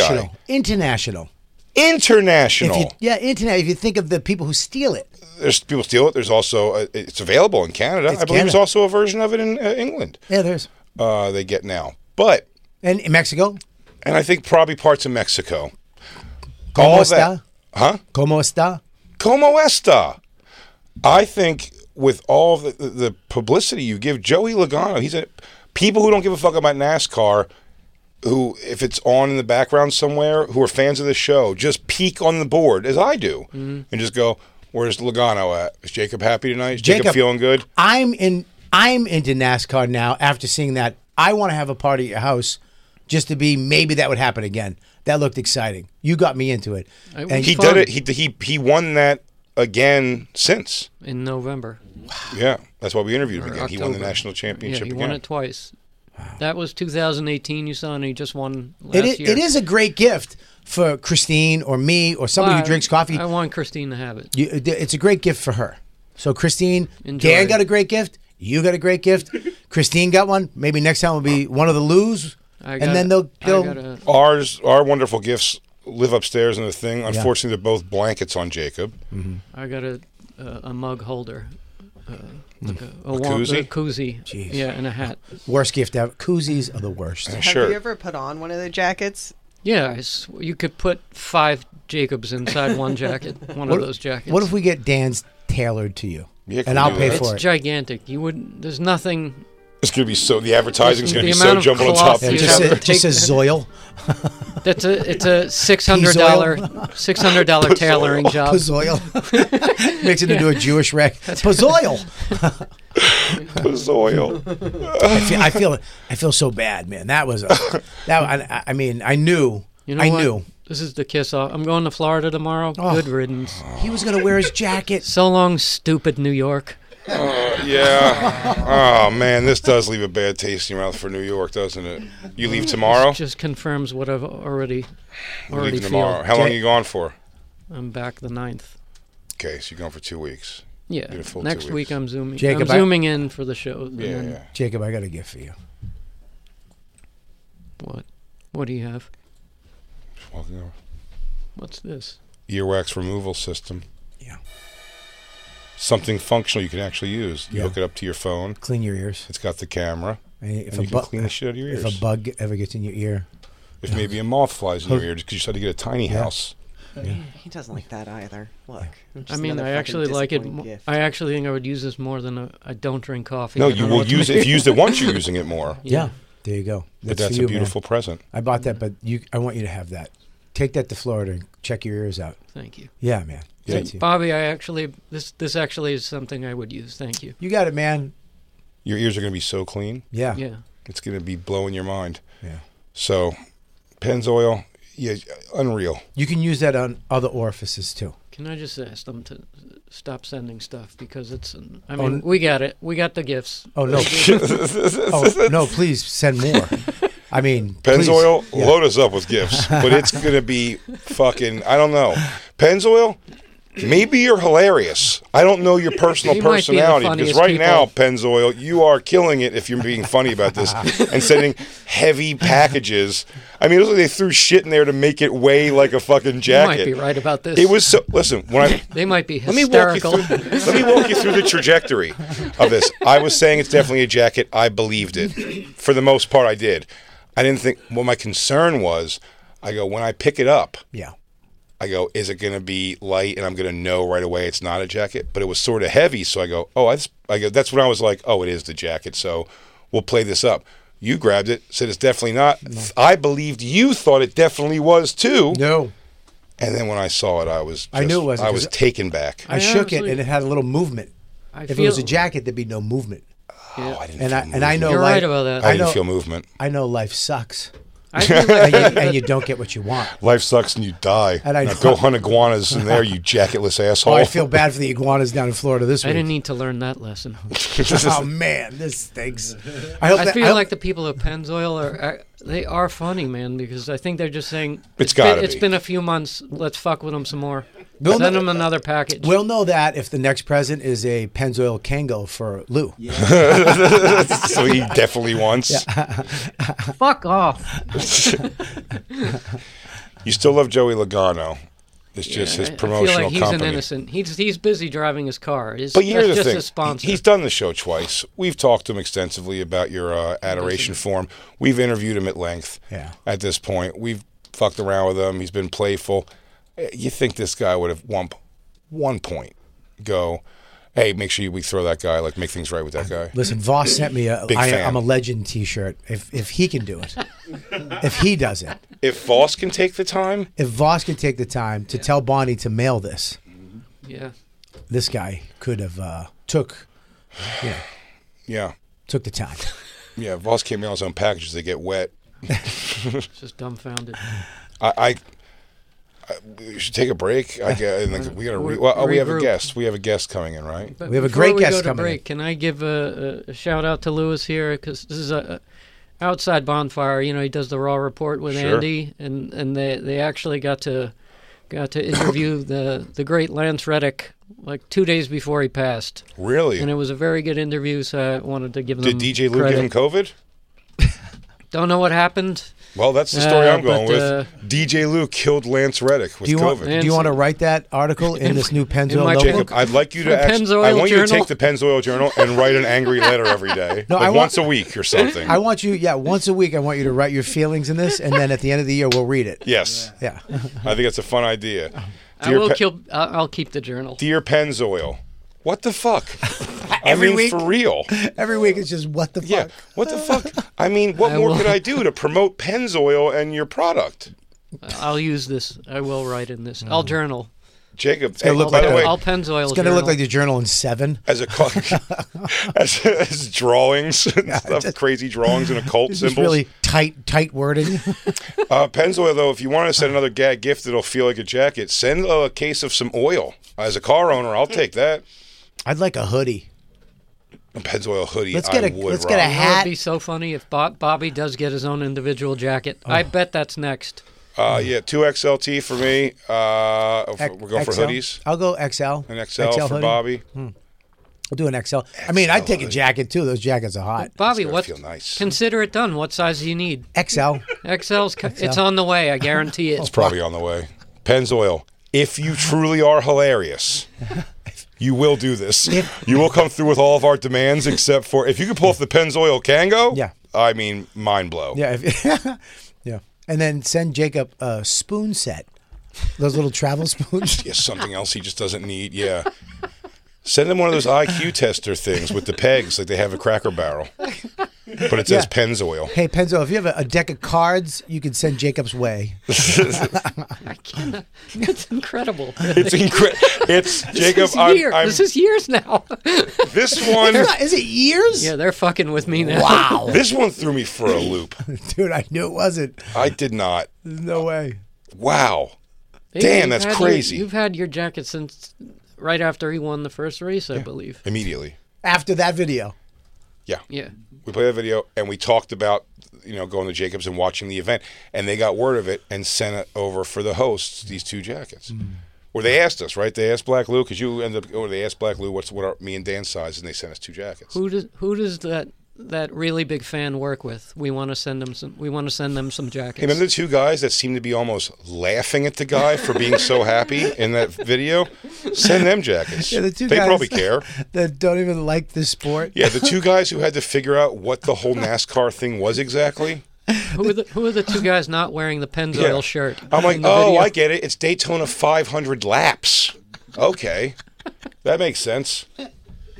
Speaker 1: International. International. If
Speaker 3: International.
Speaker 1: you, yeah, internet. If you think of the people who steal it,
Speaker 3: There's people steal it. There's also uh, it's available in Canada.
Speaker 1: It's
Speaker 3: I believe there's
Speaker 1: Canada.
Speaker 3: also a version of it in uh, England.
Speaker 1: yeah, there's.
Speaker 3: Uh, they get now, but
Speaker 1: And in Mexico,
Speaker 3: and I think probably parts of Mexico.
Speaker 1: como
Speaker 3: All
Speaker 1: está?
Speaker 3: that, huh?
Speaker 1: Como está?
Speaker 3: Como esta? I think with all the, the, the publicity you give Joey Logano, he's a people who don't give a fuck about NASCAR, who if it's on in the background somewhere, who are fans of the show, just peek on the board as I do,
Speaker 6: Mm-hmm.
Speaker 3: and just go, "Where's Logano at? Is Jacob happy tonight? Is Jacob,
Speaker 1: Jacob-
Speaker 3: feeling good?"
Speaker 1: I'm in. I'm into NASCAR now. After seeing that, I want to have a party at your house, just to be. Maybe that would happen again. That looked exciting. You got me into it.
Speaker 6: It
Speaker 1: And
Speaker 6: was
Speaker 3: He
Speaker 6: fun
Speaker 3: did it. He he he won that again since.
Speaker 6: in November.
Speaker 3: Yeah, that's why we interviewed him again. He won the
Speaker 6: October.
Speaker 3: national
Speaker 6: Yeah,
Speaker 3: championship
Speaker 6: he
Speaker 3: again.
Speaker 6: won it twice. That was 2018. You saw, and he just won last
Speaker 1: It is,
Speaker 6: year.
Speaker 1: it is a great gift for Christine or me or somebody
Speaker 6: Well, I-
Speaker 1: who drinks coffee.
Speaker 6: I want Christine to have it.
Speaker 1: You- it- it's a great gift for her. So Christine,
Speaker 6: Enjoy.
Speaker 1: Dan got a great gift. You got a great gift. Christine got one. Maybe next time will be one of the loos,
Speaker 6: I
Speaker 1: and
Speaker 6: gotta-
Speaker 1: then they'll
Speaker 6: I
Speaker 1: they'll.
Speaker 6: gotta-
Speaker 3: Ours, our wonderful gifts live upstairs in the thing. Unfortunately, they're both blankets on Jacob.
Speaker 6: I got a uh, a mug holder,
Speaker 1: Mm.
Speaker 6: uh, like a, a, wa-
Speaker 3: koozie?
Speaker 6: a koozie, yeah, and a hat.
Speaker 1: Worst gift ever. Koozies are the worst.
Speaker 3: A
Speaker 10: Have
Speaker 3: shirt.
Speaker 10: you ever put on one of the jackets?
Speaker 6: Yeah, I s you could put five Jacobs inside one jacket, one of those jackets.
Speaker 1: What if we get Dan's tailored to you,
Speaker 3: Yeah, can
Speaker 1: and
Speaker 3: we
Speaker 1: I'll
Speaker 3: do
Speaker 1: pay
Speaker 3: that?
Speaker 6: It's
Speaker 1: for it?
Speaker 6: gigantic. You wouldn't. There's nothing.
Speaker 3: It's gonna be so. The advertising's gonna
Speaker 6: The
Speaker 3: be
Speaker 6: amount
Speaker 3: so
Speaker 6: of
Speaker 3: jumbled on
Speaker 6: cloth
Speaker 3: top of
Speaker 1: Yeah,
Speaker 6: you
Speaker 3: each
Speaker 1: just
Speaker 6: have
Speaker 3: other.
Speaker 1: a,
Speaker 6: to
Speaker 1: just a Zoil,
Speaker 6: That's a. It's a six hundred dollar, six hundred dollar tailoring job.
Speaker 1: Pazoil. Makes it into a Jewish rag. Pazoil.
Speaker 3: Zoil.
Speaker 1: I feel, I feel, I feel so bad, man. That was, a, that. I, I mean, I knew,
Speaker 6: You know
Speaker 1: I
Speaker 6: what?
Speaker 1: knew Oh.
Speaker 6: This is the kiss off. I'm going to Florida tomorrow. Good riddance.
Speaker 1: he was gonna wear his jacket.
Speaker 6: So long, stupid New York.
Speaker 3: Yeah. Oh man, this does leave a bad taste in your mouth for New York, doesn't it? You leave tomorrow.
Speaker 6: Mm, Just confirms what I've already
Speaker 3: You
Speaker 6: already
Speaker 3: leave tomorrow.
Speaker 6: feel.
Speaker 3: How long are you gone for?
Speaker 6: I'm back the 9th.
Speaker 3: Okay, so you're gone for two weeks.
Speaker 6: Yeah.
Speaker 3: Get a full two
Speaker 6: Next week
Speaker 3: weeks.
Speaker 6: I'm zooming.
Speaker 1: Jacob, I-
Speaker 6: I'm zooming in for the show. and
Speaker 3: Yeah.
Speaker 6: then-
Speaker 3: yeah.
Speaker 1: Jacob, I got a gift for you.
Speaker 6: What? What do you have?
Speaker 3: Just walking over.
Speaker 6: What's this?
Speaker 3: Earwax removal system.
Speaker 1: Yeah.
Speaker 3: Something functional you can actually use. You
Speaker 1: Yeah.
Speaker 3: hook it up to your phone.
Speaker 1: Clean your ears.
Speaker 3: It's got the camera.
Speaker 1: And if
Speaker 3: And you
Speaker 1: a
Speaker 3: can
Speaker 1: bu-
Speaker 3: clean the shit out of your
Speaker 1: if
Speaker 3: ears.
Speaker 1: a bug ever gets in your ear,
Speaker 3: If maybe a moth flies in your ear because you decided to get a tiny house.
Speaker 10: He doesn't like that either. Look. I'm
Speaker 6: I
Speaker 10: just
Speaker 6: mean,
Speaker 10: another
Speaker 6: I
Speaker 10: fucking
Speaker 6: actually like it.
Speaker 10: disappointing
Speaker 6: mo-
Speaker 10: gift.
Speaker 6: I actually think I would use this more than a, I don't drink coffee.
Speaker 3: No,
Speaker 6: I
Speaker 3: you
Speaker 6: don't know
Speaker 3: will
Speaker 6: what's
Speaker 3: use
Speaker 6: ma-
Speaker 3: it if you used it once. You using it more.
Speaker 1: yeah, there you go.
Speaker 3: But
Speaker 1: That's,
Speaker 3: that's
Speaker 1: for you,
Speaker 3: a beautiful present.
Speaker 1: Man. I bought that, but you, I want you to have that. Take that to Florida and check your ears out.
Speaker 6: Thank you,
Speaker 1: Yeah, man.
Speaker 3: Yeah.
Speaker 1: That's you.
Speaker 6: Bobby. I actually this this actually is something I would use. Thank you.
Speaker 1: You got it, man.
Speaker 3: Your ears are going to be so clean.
Speaker 1: Yeah.
Speaker 6: Yeah.
Speaker 3: It's going to be blowing your mind.
Speaker 1: Yeah.
Speaker 3: So, Pennzoil, yeah, unreal.
Speaker 1: You can use that on other orifices too.
Speaker 6: Can I just ask them to stop sending stuff because it's. um, I mean, we got it. We got the gifts.
Speaker 1: Oh no. oh no, please send more. I mean, please.
Speaker 3: Pennzoil,
Speaker 1: Yeah.
Speaker 3: load us up with gifts, but it's going to be fucking. I don't know. Pennzoil, maybe you're hilarious. I don't know your personal
Speaker 6: You might be the
Speaker 3: personality because
Speaker 6: funniest
Speaker 3: right
Speaker 6: people.
Speaker 3: now, Pennzoil, you are killing it if you're being funny about this and sending heavy packages. I mean, it looks like they threw shit in there to make it weigh like a fucking
Speaker 6: You
Speaker 3: jacket.
Speaker 6: might be right about this.
Speaker 3: It was so. Listen, when I
Speaker 6: They might be
Speaker 3: Let me walk you
Speaker 6: hysterical.
Speaker 3: through. let me walk you through the trajectory of this. I was saying it's definitely a jacket. I believed it, for the most part. I did. I didn't think. Well, my concern was, I go when I pick it up.
Speaker 1: Yeah.
Speaker 3: I go, is it going to be light? And I'm going to know right away it's not a jacket. But it was sort of heavy, so I go, oh, I, just, I go. That's when I was like, oh, it is the jacket. So we'll play this up. You grabbed it, said it's definitely not. I believed you thought it definitely was too.
Speaker 1: No.
Speaker 3: And then when I saw it, I was just,
Speaker 1: I knew it wasn't,
Speaker 3: I was
Speaker 1: 'cause-
Speaker 3: taken back.
Speaker 1: I,
Speaker 6: I
Speaker 1: shook it
Speaker 6: honestly-
Speaker 1: and it had a little movement.
Speaker 6: I
Speaker 1: if it was a
Speaker 6: feel-
Speaker 1: jacket, there'd be no movement.
Speaker 3: Oh, I didn't
Speaker 1: And
Speaker 3: feel
Speaker 1: I and I know
Speaker 6: You're
Speaker 1: life,
Speaker 6: right about that.
Speaker 3: I,
Speaker 1: I
Speaker 3: didn't
Speaker 1: know-
Speaker 3: feel movement.
Speaker 1: I know life sucks,
Speaker 6: I do like
Speaker 1: and you,
Speaker 6: that,
Speaker 1: and you
Speaker 6: but
Speaker 1: don't get what you want.
Speaker 3: Life sucks and you die.
Speaker 1: And I
Speaker 3: Now
Speaker 1: know-
Speaker 3: go hunt iguanas in there, you jacketless asshole.
Speaker 1: Oh, I feel bad for the iguanas down in Florida this week.
Speaker 6: I didn't need to learn that lesson.
Speaker 1: oh man, this stinks. I hope
Speaker 6: I
Speaker 1: that,
Speaker 6: feel
Speaker 1: hope-
Speaker 6: like the people of Pennzoil are, are they are funny, man, because I think they're just saying
Speaker 3: It's
Speaker 6: been-
Speaker 3: gotta
Speaker 6: It's
Speaker 3: be.
Speaker 6: been a few months. Let's fuck with them some more.
Speaker 1: Well,
Speaker 6: Send
Speaker 1: no-
Speaker 6: them another package.
Speaker 1: we'll know that if the next present is a Pennzoil Kango for Lou.
Speaker 3: so he definitely wants.
Speaker 6: fuck off.
Speaker 3: You still love Joey Logano. It's just his
Speaker 6: I-
Speaker 3: promotional
Speaker 6: I feel like he's
Speaker 3: company.
Speaker 6: an innocent. He's he's busy driving his car. It's,
Speaker 3: But here's
Speaker 6: that's
Speaker 3: the
Speaker 6: just
Speaker 3: thing.
Speaker 6: his sponsor.
Speaker 3: He- He's done the show twice. We've talked to him extensively about your uh, adoration for him. We've interviewed him at length.
Speaker 1: Yeah.
Speaker 3: At this point, we've fucked around with him. He's been playful. Eh, You think this guy would have one, one point go, hey, make sure you, we throw that guy, like make things right with that guy.
Speaker 1: Listen, Voss sent me a
Speaker 3: Big
Speaker 1: I,
Speaker 3: fan.
Speaker 1: am a legend T-shirt. If if he can do it, if he does it,
Speaker 3: If Voss can take the time,
Speaker 1: if Voss could take the time to tell Bonnie to mail this,
Speaker 6: yeah.
Speaker 1: this guy could have uh, took
Speaker 3: yeah.
Speaker 1: took the time.
Speaker 3: Yeah, Voss came in on his own packages. They get wet.
Speaker 6: It's just dumbfounded.
Speaker 3: I, I, I- we should take a break. I guess, and like, we got to. Re- well, oh, we have a
Speaker 6: Regroup.
Speaker 3: guest. We have a guest coming in, right?
Speaker 6: But
Speaker 1: We have a
Speaker 6: before
Speaker 1: great
Speaker 6: we
Speaker 1: guest
Speaker 6: go to
Speaker 1: coming in.
Speaker 6: break, Can I give a, a shout out to Lewis here because this is a, a outside bonfire. You know, he does the raw report with
Speaker 3: Sure.
Speaker 6: Andy, and and they they actually got to got to interview the the great Lance Reddick like two days before he passed.
Speaker 3: Really?
Speaker 6: And it was a very good interview, so I wanted to give them
Speaker 3: Did DJ Lou give
Speaker 6: credit.
Speaker 3: him COVID?
Speaker 6: Don't know what happened.
Speaker 3: Well, that's the story
Speaker 6: Uh,
Speaker 3: I'm going
Speaker 6: but,
Speaker 3: with.
Speaker 6: uh,
Speaker 3: DJ Lou killed Lance Reddick with
Speaker 1: Do you want?
Speaker 3: COVID.
Speaker 1: Do you want to write that article in this new Pennzoil
Speaker 6: my
Speaker 1: notebook?
Speaker 3: Jacob, I'd like you to
Speaker 6: From
Speaker 3: actually,
Speaker 6: Pennzoil
Speaker 3: I want you to
Speaker 6: Journal?
Speaker 3: take the Pennzoil Journal and write an angry letter every day,
Speaker 1: No,
Speaker 3: like
Speaker 1: I want-
Speaker 3: once a week or something.
Speaker 1: I want you, yeah, once a week. I want you to write your feelings in this, and then at the end of the year, we'll read it.
Speaker 3: yes,
Speaker 1: Yeah.
Speaker 3: I think it's a fun idea.
Speaker 6: I will
Speaker 3: Pe-
Speaker 6: kill. I'll, I'll keep the journal.
Speaker 3: Dear Pennzoil, what the fuck? I
Speaker 1: Every
Speaker 3: mean,
Speaker 1: week?
Speaker 3: for real.
Speaker 1: Every week it's just what the fuck.
Speaker 3: Yeah. What the fuck? I mean, what
Speaker 6: I
Speaker 3: more
Speaker 6: will-
Speaker 3: could I do to promote Pennzoil and your product?
Speaker 6: I'll use this. I will write in this. I'll journal.
Speaker 3: Jacob, it's
Speaker 1: gonna look
Speaker 3: Mm. by
Speaker 1: like
Speaker 3: the
Speaker 1: a-
Speaker 3: way,
Speaker 6: I'll Pennzoil.
Speaker 1: It's gonna look like the journal in seven.
Speaker 3: as a co- as, as drawings and stuff, crazy drawings and occult
Speaker 1: It's just
Speaker 3: symbols.
Speaker 1: really tight, tight wording.
Speaker 3: Uh, Pennzoil, though, if you want to send another gag gift that'll feel like a jacket, send a case of some oil. As a car owner, I'll take that.
Speaker 1: I'd like a hoodie.
Speaker 3: A Pennzoil hoodie.
Speaker 1: Let's get
Speaker 3: I
Speaker 1: a-
Speaker 3: would,
Speaker 1: let's get a
Speaker 3: rock.
Speaker 1: hat.
Speaker 6: It'd be so funny if Bob, Bobby does get his own individual jacket. I bet that's next.
Speaker 3: Uh, yeah, two XLT for me. Uh, if we're going
Speaker 1: XL.
Speaker 3: for hoodies.
Speaker 1: I'll go XL.
Speaker 3: An XL, for
Speaker 1: hoodie.
Speaker 3: Bobby.
Speaker 6: Hmm.
Speaker 1: I'll do an XL. I mean, I'd take a
Speaker 3: hoodie.
Speaker 1: jacket too. Those jackets are hot.
Speaker 6: Bobby,
Speaker 3: gotta
Speaker 6: what?
Speaker 3: feel nice.
Speaker 6: Consider it done. What size do you need?
Speaker 1: XL.
Speaker 6: XL's. co- It's on the way. I guarantee it.
Speaker 3: It's probably on the way. Pennzoil, if you truly are hilarious, you will do this. you will come through with all of our demands, except for if you can pull off the Pennzoil Kango.
Speaker 1: Yeah.
Speaker 3: I mean, mind blow.
Speaker 1: Yeah. If, yeah. And then send Jacob a spoon set. Those little travel spoons.
Speaker 3: Yeah, something else he just doesn't need. Yeah. Send him one of those IQ tester things with the pegs, like they have a Cracker Barrel, but it says Pennzoil.
Speaker 1: Hey Penzo, if you have a, a deck of cards, you can send Jacob's way.
Speaker 6: I cannot. It's incredible.
Speaker 3: It's incredible. It's Jacob.
Speaker 6: this is
Speaker 3: I'm,
Speaker 6: year-
Speaker 3: I'm-
Speaker 6: this is years now.
Speaker 3: this one.
Speaker 1: It's not- Is it years?
Speaker 6: yeah, they're fucking with me now.
Speaker 1: Wow.
Speaker 3: This one threw me for a loop.
Speaker 1: Dude, I knew it wasn't.
Speaker 3: I did not.
Speaker 1: There's no way.
Speaker 3: Wow.
Speaker 6: Hey,
Speaker 3: Damn,
Speaker 6: you've
Speaker 3: that's
Speaker 6: had your-
Speaker 3: crazy.
Speaker 6: you've had your jacket since right after he won the first race, I believe.
Speaker 3: Immediately.
Speaker 1: After that video.
Speaker 3: Yeah.
Speaker 6: Yeah.
Speaker 3: We played that video and we talked about you know going to Jacobs and watching the event, and they got word of it and sent it over for the hosts these two jackets.
Speaker 1: Mm.
Speaker 3: Or they asked us, right? They asked Black Lou because you ended up. Or they asked Black Lou, "What's what are me and Dan's size?" And they sent us two jackets.
Speaker 6: Who does who does that that really big fan work with? We want to send them some. We want to send them some jackets.
Speaker 3: Hey, remember the two guys that seemed to be almost laughing at the guy for being so happy in that video? Send them jackets.
Speaker 1: Yeah, the two
Speaker 3: they
Speaker 1: guys
Speaker 3: probably care.
Speaker 1: that don't even like this sport.
Speaker 3: Yeah, the two guys who had to figure out what the whole NASCAR thing was exactly.
Speaker 6: who, are the, who are the two guys not wearing the Pennzoil
Speaker 3: Yeah.
Speaker 6: shirt?
Speaker 3: I'm like,
Speaker 6: in the
Speaker 3: oh,
Speaker 6: video?
Speaker 3: I get it. It's Daytona 500 laps. Okay, that makes sense.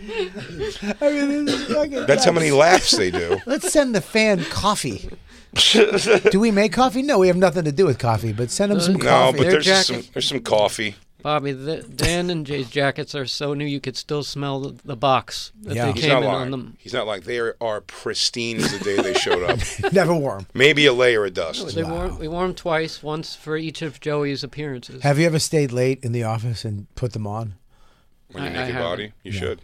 Speaker 1: I mean, this is fucking
Speaker 3: That's how many laps they do.
Speaker 1: Let's send the fan coffee. Do we make coffee? No, we have nothing to do with coffee, but send them some
Speaker 3: No,
Speaker 1: coffee.
Speaker 3: but
Speaker 6: Their
Speaker 3: there's just
Speaker 6: jacket-
Speaker 3: some there's some coffee.
Speaker 6: Bobby, the, Dan and Jay's jackets are so new you could still smell the, the box that
Speaker 1: Yeah.
Speaker 6: they
Speaker 1: He's
Speaker 3: He's
Speaker 6: came
Speaker 3: not
Speaker 6: in on
Speaker 3: lying.
Speaker 6: them.
Speaker 3: He's not like they are pristine as the day they showed up.
Speaker 1: Never warm.
Speaker 3: Maybe a layer of dust.
Speaker 6: They wore, we wore them twice, once for each of Joey's appearances.
Speaker 1: Have you ever stayed late in the office and put them on?
Speaker 3: when you're
Speaker 6: I- I
Speaker 3: naked
Speaker 6: haven't.
Speaker 3: body. You should.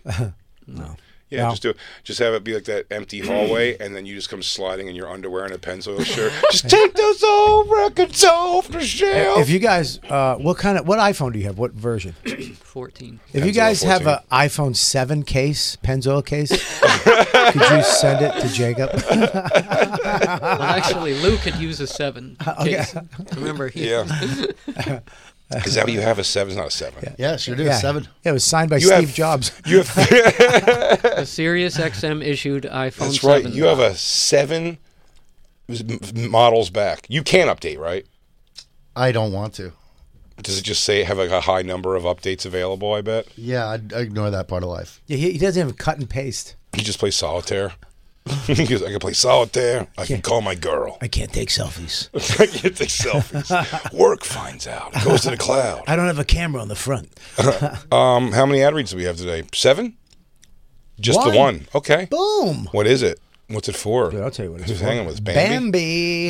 Speaker 3: no. Yeah, just do it. Just have it be like that empty hallway, and then you just come sliding in your underwear and a pencil shirt. just take those old records off the shelf.
Speaker 1: If you guys, uh, what kind of what iPhone do you have? What version?
Speaker 6: Fourteen.
Speaker 1: If you
Speaker 3: Pennzoil
Speaker 1: guys have
Speaker 3: 14.
Speaker 1: an iPhone seven case, Pennzoil case, could you send it to Jacob?
Speaker 6: Well, actually, Lou could use a seven. case. Remember, he,
Speaker 3: yeah. Is that what you have? A seven? It's not a seven.
Speaker 4: Yeah, sure do. Seven.
Speaker 1: Yeah, it was signed by
Speaker 3: You
Speaker 1: Steve
Speaker 3: have-
Speaker 1: Jobs.
Speaker 3: You have.
Speaker 6: a Sirius XM issued iPhone.
Speaker 3: that's right.
Speaker 6: 7.
Speaker 3: You have a seven m- m- models back. You can update, right?
Speaker 4: I don't want to.
Speaker 3: Does it just say have like a high number of updates available? I bet
Speaker 4: Yeah, I, I ignore that part of life.
Speaker 1: Yeah, he, he doesn't have cut and paste.
Speaker 3: you just play solitaire. He goes, I can play solitaire. I can call my girl.
Speaker 1: I can't take selfies.
Speaker 3: I can't take selfies. Work finds out. It goes to the cloud.
Speaker 1: I don't have a camera on the front.
Speaker 3: Um, how many ad reads do we have today? Seven? Just
Speaker 1: One.
Speaker 3: the one. Okay.
Speaker 1: Boom.
Speaker 3: What is it? What's it for?
Speaker 1: I'll tell you what it's
Speaker 3: Who's
Speaker 1: for.
Speaker 3: hanging with Bambi?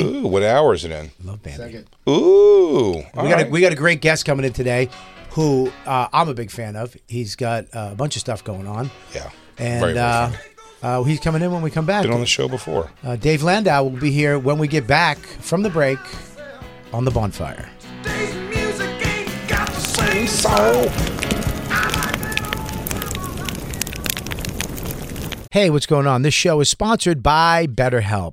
Speaker 1: Bambi.
Speaker 3: Ooh, what hour is it in?
Speaker 1: Love Bambi.
Speaker 3: Ooh. We
Speaker 1: We got a, we got a great guest coming in today, who uh, I'm a big fan of. He's got uh, a bunch of stuff going on.
Speaker 3: Yeah.
Speaker 1: and
Speaker 3: Very, very
Speaker 1: uh,
Speaker 3: funny.
Speaker 1: uh, he's coming in when we come back.
Speaker 3: Been on the show before.
Speaker 1: Uh, Dave Landau will be here when we get back from the break on the bonfire.
Speaker 7: Music ain't got the same
Speaker 3: So
Speaker 7: I
Speaker 1: Hey, what's going on? This show is sponsored by BetterHelp.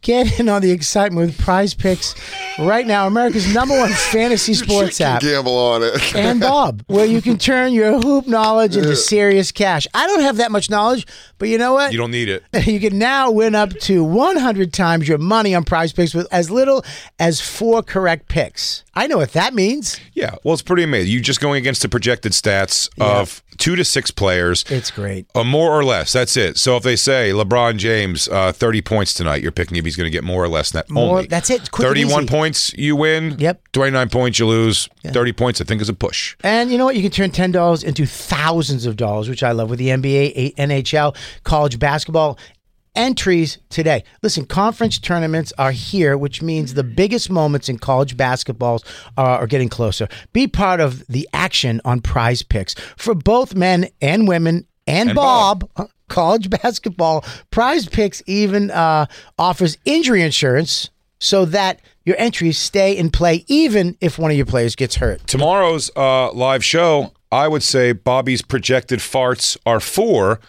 Speaker 1: Get in on the excitement with prize picks right now. America's number one fantasy sports app.
Speaker 11: gamble on it.
Speaker 1: and Bob, where you can turn your hoop knowledge into serious cash. I don't have that much knowledge, but you know what?
Speaker 3: You don't need it.
Speaker 1: You can now win up to 100 times your money on prize picks with as little as four correct picks. I know what that means.
Speaker 3: Yeah, well, it's pretty amazing. You're just going against the projected stats of two to six players,
Speaker 1: It's great.
Speaker 3: uh, more or less. That's it. So if they say LeBron James, uh, 30 points tonight, you're picking if he's going to get more or less than that.
Speaker 1: More-
Speaker 3: only.
Speaker 1: that's it. Quick and
Speaker 3: 31
Speaker 1: easy.
Speaker 3: points, you win.
Speaker 1: Yep.
Speaker 3: 29 points, you lose. 30 points, I think, is a push.
Speaker 1: And you know what? You can turn ten dollars into thousands of dollars, which I love with the NBA, A- NHL, college basketball entries today. Listen, conference tournaments are here, which means the biggest moments in college basketballs are, are getting closer. Be part of the action on Prize Picks for both men and women and,
Speaker 3: And
Speaker 1: Bob. College basketball prize picks even uh, offers injury insurance so that your entries stay in play even if one of your players gets hurt.
Speaker 3: Tomorrow's uh, live show, I would say Bobby's projected farts are four.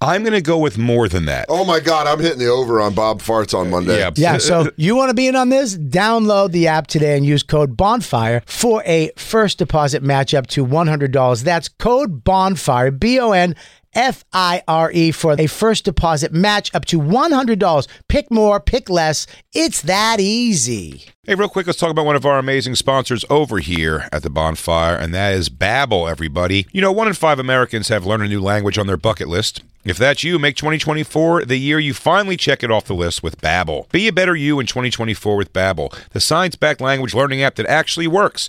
Speaker 3: I'm going to go with more than that.
Speaker 11: Oh my God, I'm hitting the over on Bob Farts on Monday.
Speaker 3: Yeah.
Speaker 1: Yeah, so you want to be in on this? Download the app today and use code BONFIRE for a first deposit match up to $100. That's code BONFIRE, B O N F I R E, for a first deposit match up to $100. Pick more, pick less. It's that easy.
Speaker 3: Hey, real quick, let's talk about one of our amazing sponsors over here at the bonfire, and that is Babbel, everybody. You know, one in five Americans have learned a new language on their bucket list.
Speaker 12: If that's you, make 2024 the year you finally check it off the list with Babbel. Be a better you in 2024 with Babbel, the science-backed language learning app that actually works.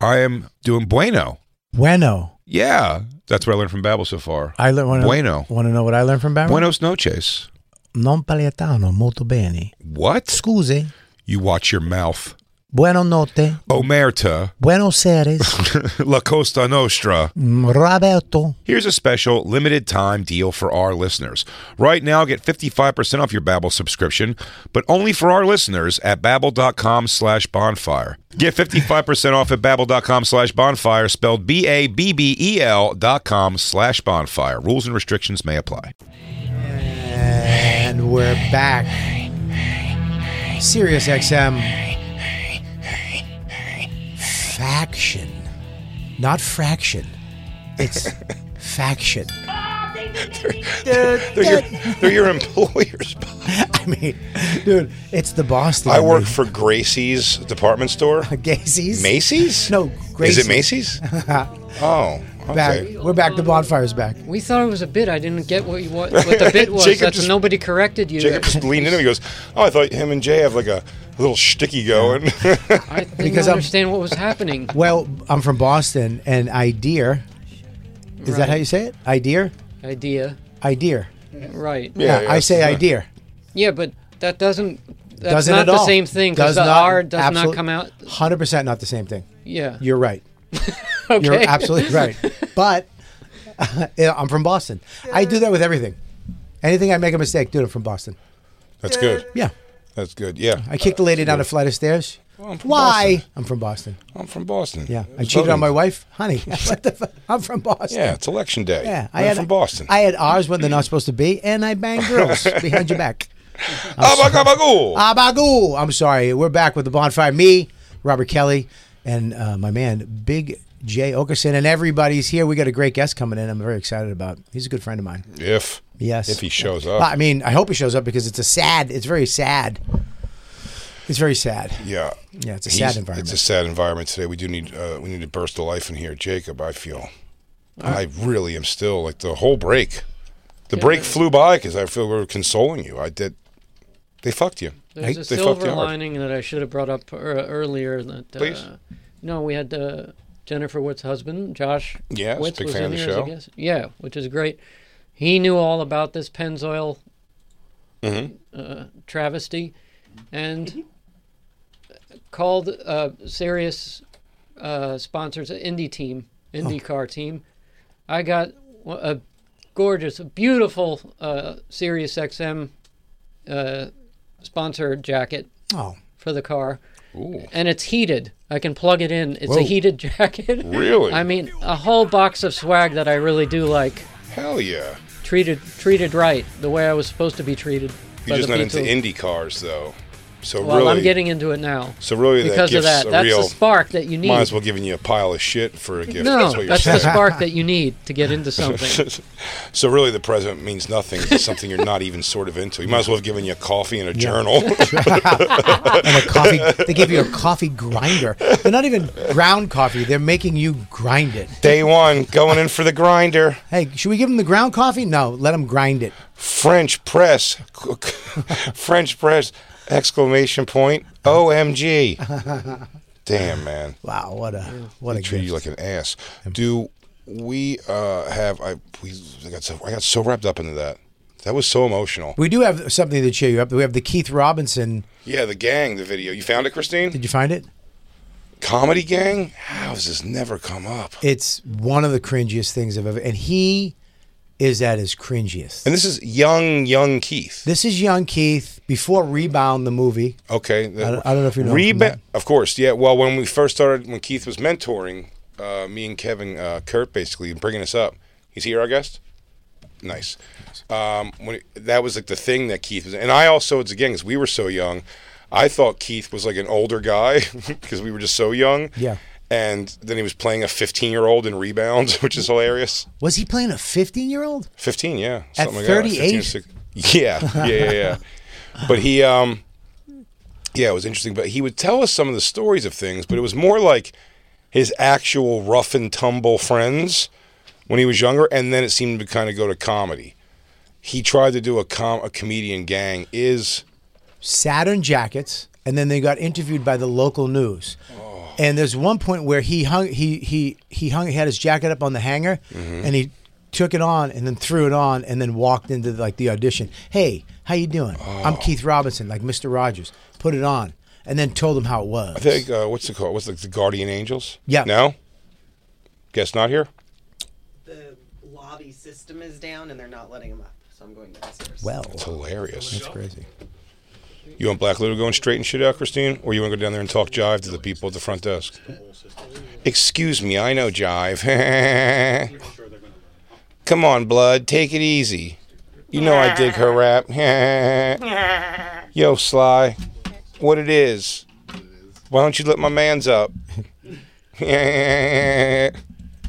Speaker 12: I am doing bueno.
Speaker 1: Bueno.
Speaker 12: Yeah, that's what I learned from Babbel so far.
Speaker 1: I learned. Wanna,
Speaker 12: bueno.
Speaker 1: Want to know what I learned from Barry?
Speaker 12: Buenos noches.
Speaker 1: Non paliatano molto bene.
Speaker 12: What?
Speaker 1: Scusi.
Speaker 12: You watch your mouth.
Speaker 1: Bueno notte.
Speaker 12: Omerta.
Speaker 1: Buenos Aires.
Speaker 12: La Costa Nostra.
Speaker 1: Mm, Roberto.
Speaker 12: Here's a special limited time deal for our listeners. Right now, get 55% off your Babbel subscription, but only for our listeners at babbel.com slash bonfire. Get 55% off at babbel.com slash bonfire, spelled B-A-B-B-E-L E dot com slash bonfire. Rules and restrictions may apply.
Speaker 1: And we're back. Sirius XM. Faction. Not fraction. It's faction.
Speaker 12: They're, your, they're your employers.
Speaker 1: I mean, dude, it's the Boston.
Speaker 3: I work for Gracie's department store.
Speaker 1: Gacy's.
Speaker 3: Macy's?
Speaker 1: No,
Speaker 3: Is
Speaker 1: Gracie's.
Speaker 3: it Macy's? oh,
Speaker 1: Back.
Speaker 3: okay.
Speaker 1: We're back. The bonfire's back.
Speaker 6: We thought it was a bit. I didn't get what you, what, what the bit was.
Speaker 3: Jacob
Speaker 6: That's
Speaker 3: just-
Speaker 6: nobody corrected you.
Speaker 3: Jacob just leaned in and he goes, "Oh, I thought him and Jay have like a little sticky going."
Speaker 6: I didn't
Speaker 1: Because I'm-
Speaker 6: understand what was happening.
Speaker 1: Well, I'm from Boston, and Ideer. Is that
Speaker 6: Right.
Speaker 1: how you say it? Ideer?
Speaker 6: Idea.
Speaker 1: Ideer.
Speaker 6: Right.
Speaker 1: Yeah, I say
Speaker 3: yeah.
Speaker 1: Ideer.
Speaker 6: Yeah, but that doesn't. That's
Speaker 1: Doesn't
Speaker 6: not
Speaker 1: at
Speaker 6: the
Speaker 1: all.
Speaker 6: same thing because
Speaker 1: Does
Speaker 6: the
Speaker 1: not-
Speaker 6: R does
Speaker 1: absolute-
Speaker 6: not come out.
Speaker 1: 100% not the same thing.
Speaker 6: Yeah.
Speaker 1: You're right.
Speaker 6: Okay.
Speaker 1: You're absolutely right. But yeah, I'm from Boston. I do that with everything. Anything I make a mistake, dude, I'm from Boston.
Speaker 3: That's good.
Speaker 1: Yeah.
Speaker 3: That's good. Yeah.
Speaker 1: I kicked the lady down a flight of stairs.
Speaker 3: Oh, I'm from
Speaker 1: Why?
Speaker 3: Boston.
Speaker 1: I'm from Boston.
Speaker 3: I'm from Boston.
Speaker 1: Yeah. I
Speaker 3: It's
Speaker 1: cheated on
Speaker 3: voting.
Speaker 1: my wife. Honey, what the fuck? I'm from Boston.
Speaker 3: Yeah, it's election day.
Speaker 1: Yeah,
Speaker 3: I'm from Boston.
Speaker 1: I had R's when they're not supposed to be, and I banged girls behind your back.
Speaker 3: Abagabago.
Speaker 1: Ah. Abagoo. I'm sorry. We're back with the bonfire. Me, Robert Kelly, and uh, my man, Big Jay Okerson, and everybody's here. We got a great guest coming in. I'm very excited about. He's a good friend of mine.
Speaker 3: If
Speaker 1: Yes.
Speaker 3: if he shows up,
Speaker 1: I mean, I hope he shows up because it's a sad. It's very sad. It's very sad.
Speaker 3: yeah,
Speaker 1: Yeah, it's a
Speaker 3: He's-
Speaker 1: sad environment.
Speaker 3: It's a sad environment today. We do need uh, we need to burst of life in here, Jacob. I feel, I really am still like the whole break. The break flew by because I feel we're consoling you. I did. They fucked you.
Speaker 6: There's
Speaker 3: they
Speaker 6: a
Speaker 3: fucked
Speaker 6: silver
Speaker 3: you hard.
Speaker 6: lining that I should have brought up uh, earlier. That, uh,
Speaker 3: Please.
Speaker 6: No, we had uh, Jennifer Witt's husband, Josh.
Speaker 3: Yes,
Speaker 6: Witts
Speaker 3: big
Speaker 6: was
Speaker 3: fan
Speaker 6: in
Speaker 3: of the
Speaker 6: here as a
Speaker 3: show.
Speaker 6: guest. Yeah, which is great. He knew all about this Pennzoil
Speaker 3: Mhm.
Speaker 6: uh, travesty, and called uh, Sirius uh, sponsors an indie team, indie
Speaker 3: Oh.
Speaker 6: car team. I got w- a gorgeous, beautiful uh, Sirius XM uh, sponsored jacket
Speaker 1: Oh,
Speaker 6: for the car,
Speaker 3: Ooh.
Speaker 6: and it's heated. I can plug it in. It's
Speaker 3: Whoa.
Speaker 6: a heated jacket.
Speaker 3: Really?
Speaker 6: I mean, a whole box of swag that I really do like.
Speaker 3: Hell yeah.
Speaker 6: Treated treated right, the way I was supposed to be treated.
Speaker 3: You're
Speaker 6: by
Speaker 3: just
Speaker 6: the
Speaker 3: not
Speaker 6: people.
Speaker 3: into Indy cars though. So
Speaker 6: Well,
Speaker 3: really,
Speaker 6: I'm getting into it now.
Speaker 3: so really that
Speaker 6: because of
Speaker 3: gift's
Speaker 6: that.
Speaker 3: a
Speaker 6: That's
Speaker 3: real-
Speaker 6: the spark that you need.
Speaker 3: Might as well giving you a pile of shit for a gift.
Speaker 6: No,
Speaker 3: that's, what you're
Speaker 6: that's the
Speaker 3: saying.
Speaker 6: spark that you need to get into something.
Speaker 3: so really, the present means nothing. It's something you're not even sort of into. You might as well have given you a coffee and a journal.
Speaker 1: and a coffee. They give you a coffee grinder. They're not even ground coffee. They're making you grind it.
Speaker 3: Day one, going in for the grinder.
Speaker 1: Hey, should we give them the ground coffee? No, let them grind it.
Speaker 3: French press, French press! Exclamation point! Omg! Damn, man.
Speaker 1: Wow, what a what
Speaker 3: they
Speaker 1: a
Speaker 3: treat
Speaker 1: gift.
Speaker 3: you like an ass. Do we uh, have? I we I got so I got so wrapped up into that. That was so emotional.
Speaker 1: We do have something to cheer you up. We have the Keith Robinson.
Speaker 3: Yeah, the gang, the video. You found it, Christine?
Speaker 1: Did you find it?
Speaker 3: Comedy gang? How has this never come up?
Speaker 1: It's one of the cringiest things I've ever. And he is at his cringiest.
Speaker 3: And this is young, young Keith.
Speaker 1: This is young Keith before Rebound the movie.
Speaker 3: Okay.
Speaker 1: I don't- I don't know if you know him from
Speaker 3: Reba-
Speaker 1: that.
Speaker 3: of course, yeah. Well, when we first started, when Keith was mentoring uh, me and Kevin uh, Kurt, basically bringing us up, he's here, I guess. nice. Um, when it- that was like the thing that Keith was, and I also it's again because we were so young. I thought Keith was like an older guy because we were just so young.
Speaker 1: Yeah.
Speaker 3: And then he was playing a 15 year old in rebound, which is hilarious.
Speaker 1: Was he playing a 15 year old?
Speaker 3: 15, yeah.
Speaker 1: At
Speaker 3: Something like that, like 15 or
Speaker 1: 38?
Speaker 3: 16. Yeah, yeah, yeah, yeah. but he, um, yeah, it was interesting. But he would tell us some of the stories of things, but it was more like his actual rough and tumble friends when he was younger, and then it seemed to kind of go to comedy. He tried to do a com a comedian gang is
Speaker 1: Saturn jackets, and then they got interviewed by the local news. And there's one point where he hung, he he he hung, he had his jacket up on the hanger,
Speaker 13: Mhm.
Speaker 1: and he took it on, and then threw it on, and then walked into like the audition. Hey, how you doing? I'm Keith Robinson, like Mister Rogers. Put it on, and then told them how it was.
Speaker 3: I think uh, what's it called? What's the, the Guardian Angels?
Speaker 1: Yeah.
Speaker 3: No. Guess not here.
Speaker 10: Lobby system is down and they're not letting him up. So I'm going downstairs.
Speaker 1: Well,
Speaker 3: it's hilarious.
Speaker 1: That's crazy.
Speaker 3: You want Black Ludo going straight and shit out, Christine, or you want to go down there and talk jive to the people at the front desk? Excuse me, I know jive. Come on, blood, take it easy. You know I dig her rap. Yo, Sly, what it is? Why don't you let my man's up?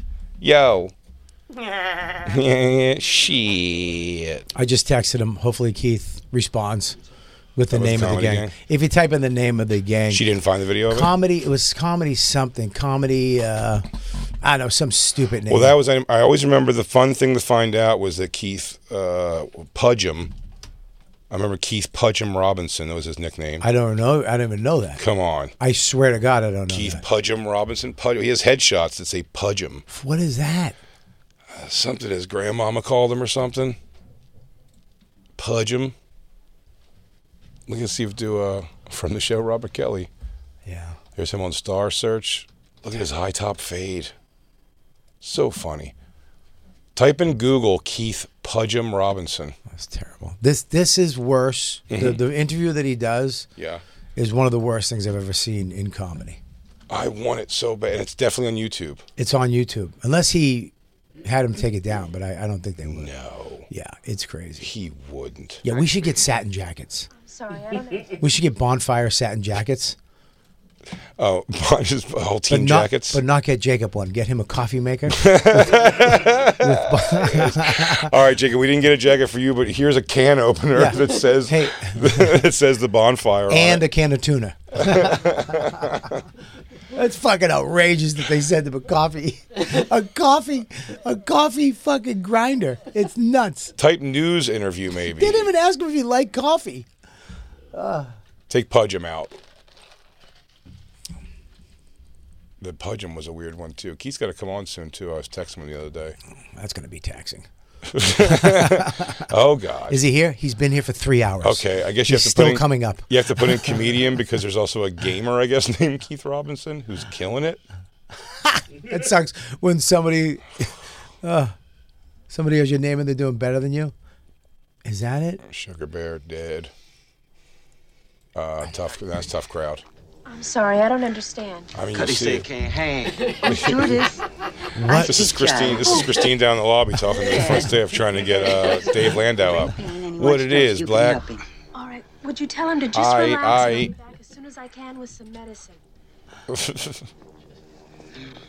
Speaker 3: Yo. Shit.
Speaker 1: I just texted him. Hopefully Keith responds with the
Speaker 3: That was
Speaker 1: name of the
Speaker 3: Comedy
Speaker 1: gang.
Speaker 3: Gang?
Speaker 1: If you type in the name of the gang,
Speaker 3: She didn't find the video of it?
Speaker 1: comedy. It was comedy something. Comedy. Uh, I don't know some stupid name.
Speaker 3: Well, that was I, I always remember the fun thing to find out was that Keith uh, Pudgem. I remember Keith Pudgem Robinson. That was his nickname.
Speaker 1: I don't know. I don't even know that.
Speaker 3: Come on,
Speaker 1: I swear to God, I don't know.
Speaker 3: Keith Pudgem Robinson. Pudgem. He has headshots that say Pudgem.
Speaker 1: that. What is that?
Speaker 3: Something his grandmama called him or something. Pudgem. Look and see if do uh, from the show Robert Kelly.
Speaker 1: Yeah.
Speaker 3: There's him on Star Search. Look at his high top fade. So funny. Type in Google Keith Pudgem Robinson.
Speaker 1: That's terrible. This this is worse. The,
Speaker 3: Mhm.
Speaker 1: the interview that he does.
Speaker 3: Yeah.
Speaker 1: Is one of the worst things I've ever seen in comedy.
Speaker 3: I want it so bad. And it's definitely on YouTube.
Speaker 1: It's on YouTube, unless he had him take it down, but I, I don't think they would. No. Yeah, it's crazy.
Speaker 3: He wouldn't.
Speaker 1: Yeah, we should get satin jackets.
Speaker 14: Sorry, I don't know.
Speaker 1: We should get bonfire satin jackets.
Speaker 3: Oh, just whole team
Speaker 1: but not,
Speaker 3: jackets.
Speaker 1: But not get Jacob one. Get him a coffee maker. With- with-
Speaker 3: All right, Jacob, we didn't get a jacket for you, but here's a can opener
Speaker 1: Yeah.
Speaker 3: that says
Speaker 1: Hey.
Speaker 3: that says the bonfire.
Speaker 1: and
Speaker 3: on
Speaker 1: a can of tuna. That's fucking outrageous that they sent him a coffee, a coffee, a coffee fucking grinder. It's nuts.
Speaker 3: it. type news interview maybe.
Speaker 1: They didn't even ask him if he liked coffee.
Speaker 3: Take Pudgem out. The Pudgem was a weird one too. Keith's got to come on soon too. I was texting him the other day.
Speaker 1: That's gonna be taxing.
Speaker 3: oh God.
Speaker 1: Is he here? He's been here for three hours.
Speaker 3: Okay, I guess you
Speaker 1: He's
Speaker 3: have to
Speaker 1: still
Speaker 3: put in,
Speaker 1: coming up.
Speaker 3: You have to put in comedian because there's also a gamer, I guess, named Keith Robinson who's killing it.
Speaker 1: It sucks when somebody, uh, somebody has your name and they're doing better than you. Is that it?
Speaker 3: Sugar Bear dead. Uh, tough. That's tough crowd.
Speaker 14: I'm sorry, I don't understand.
Speaker 3: I mean, you
Speaker 14: Cuddy
Speaker 3: see it.
Speaker 14: can't hang. Sure this.
Speaker 1: What?
Speaker 3: This is Christine. This is Christine down in the lobby talking to the front staff, trying to get uh, Dave Landau up. What it is, Black?
Speaker 14: All right, would you tell him to just
Speaker 3: I-
Speaker 14: relax
Speaker 3: I-
Speaker 14: and I'll be back as soon as I can with some medicine?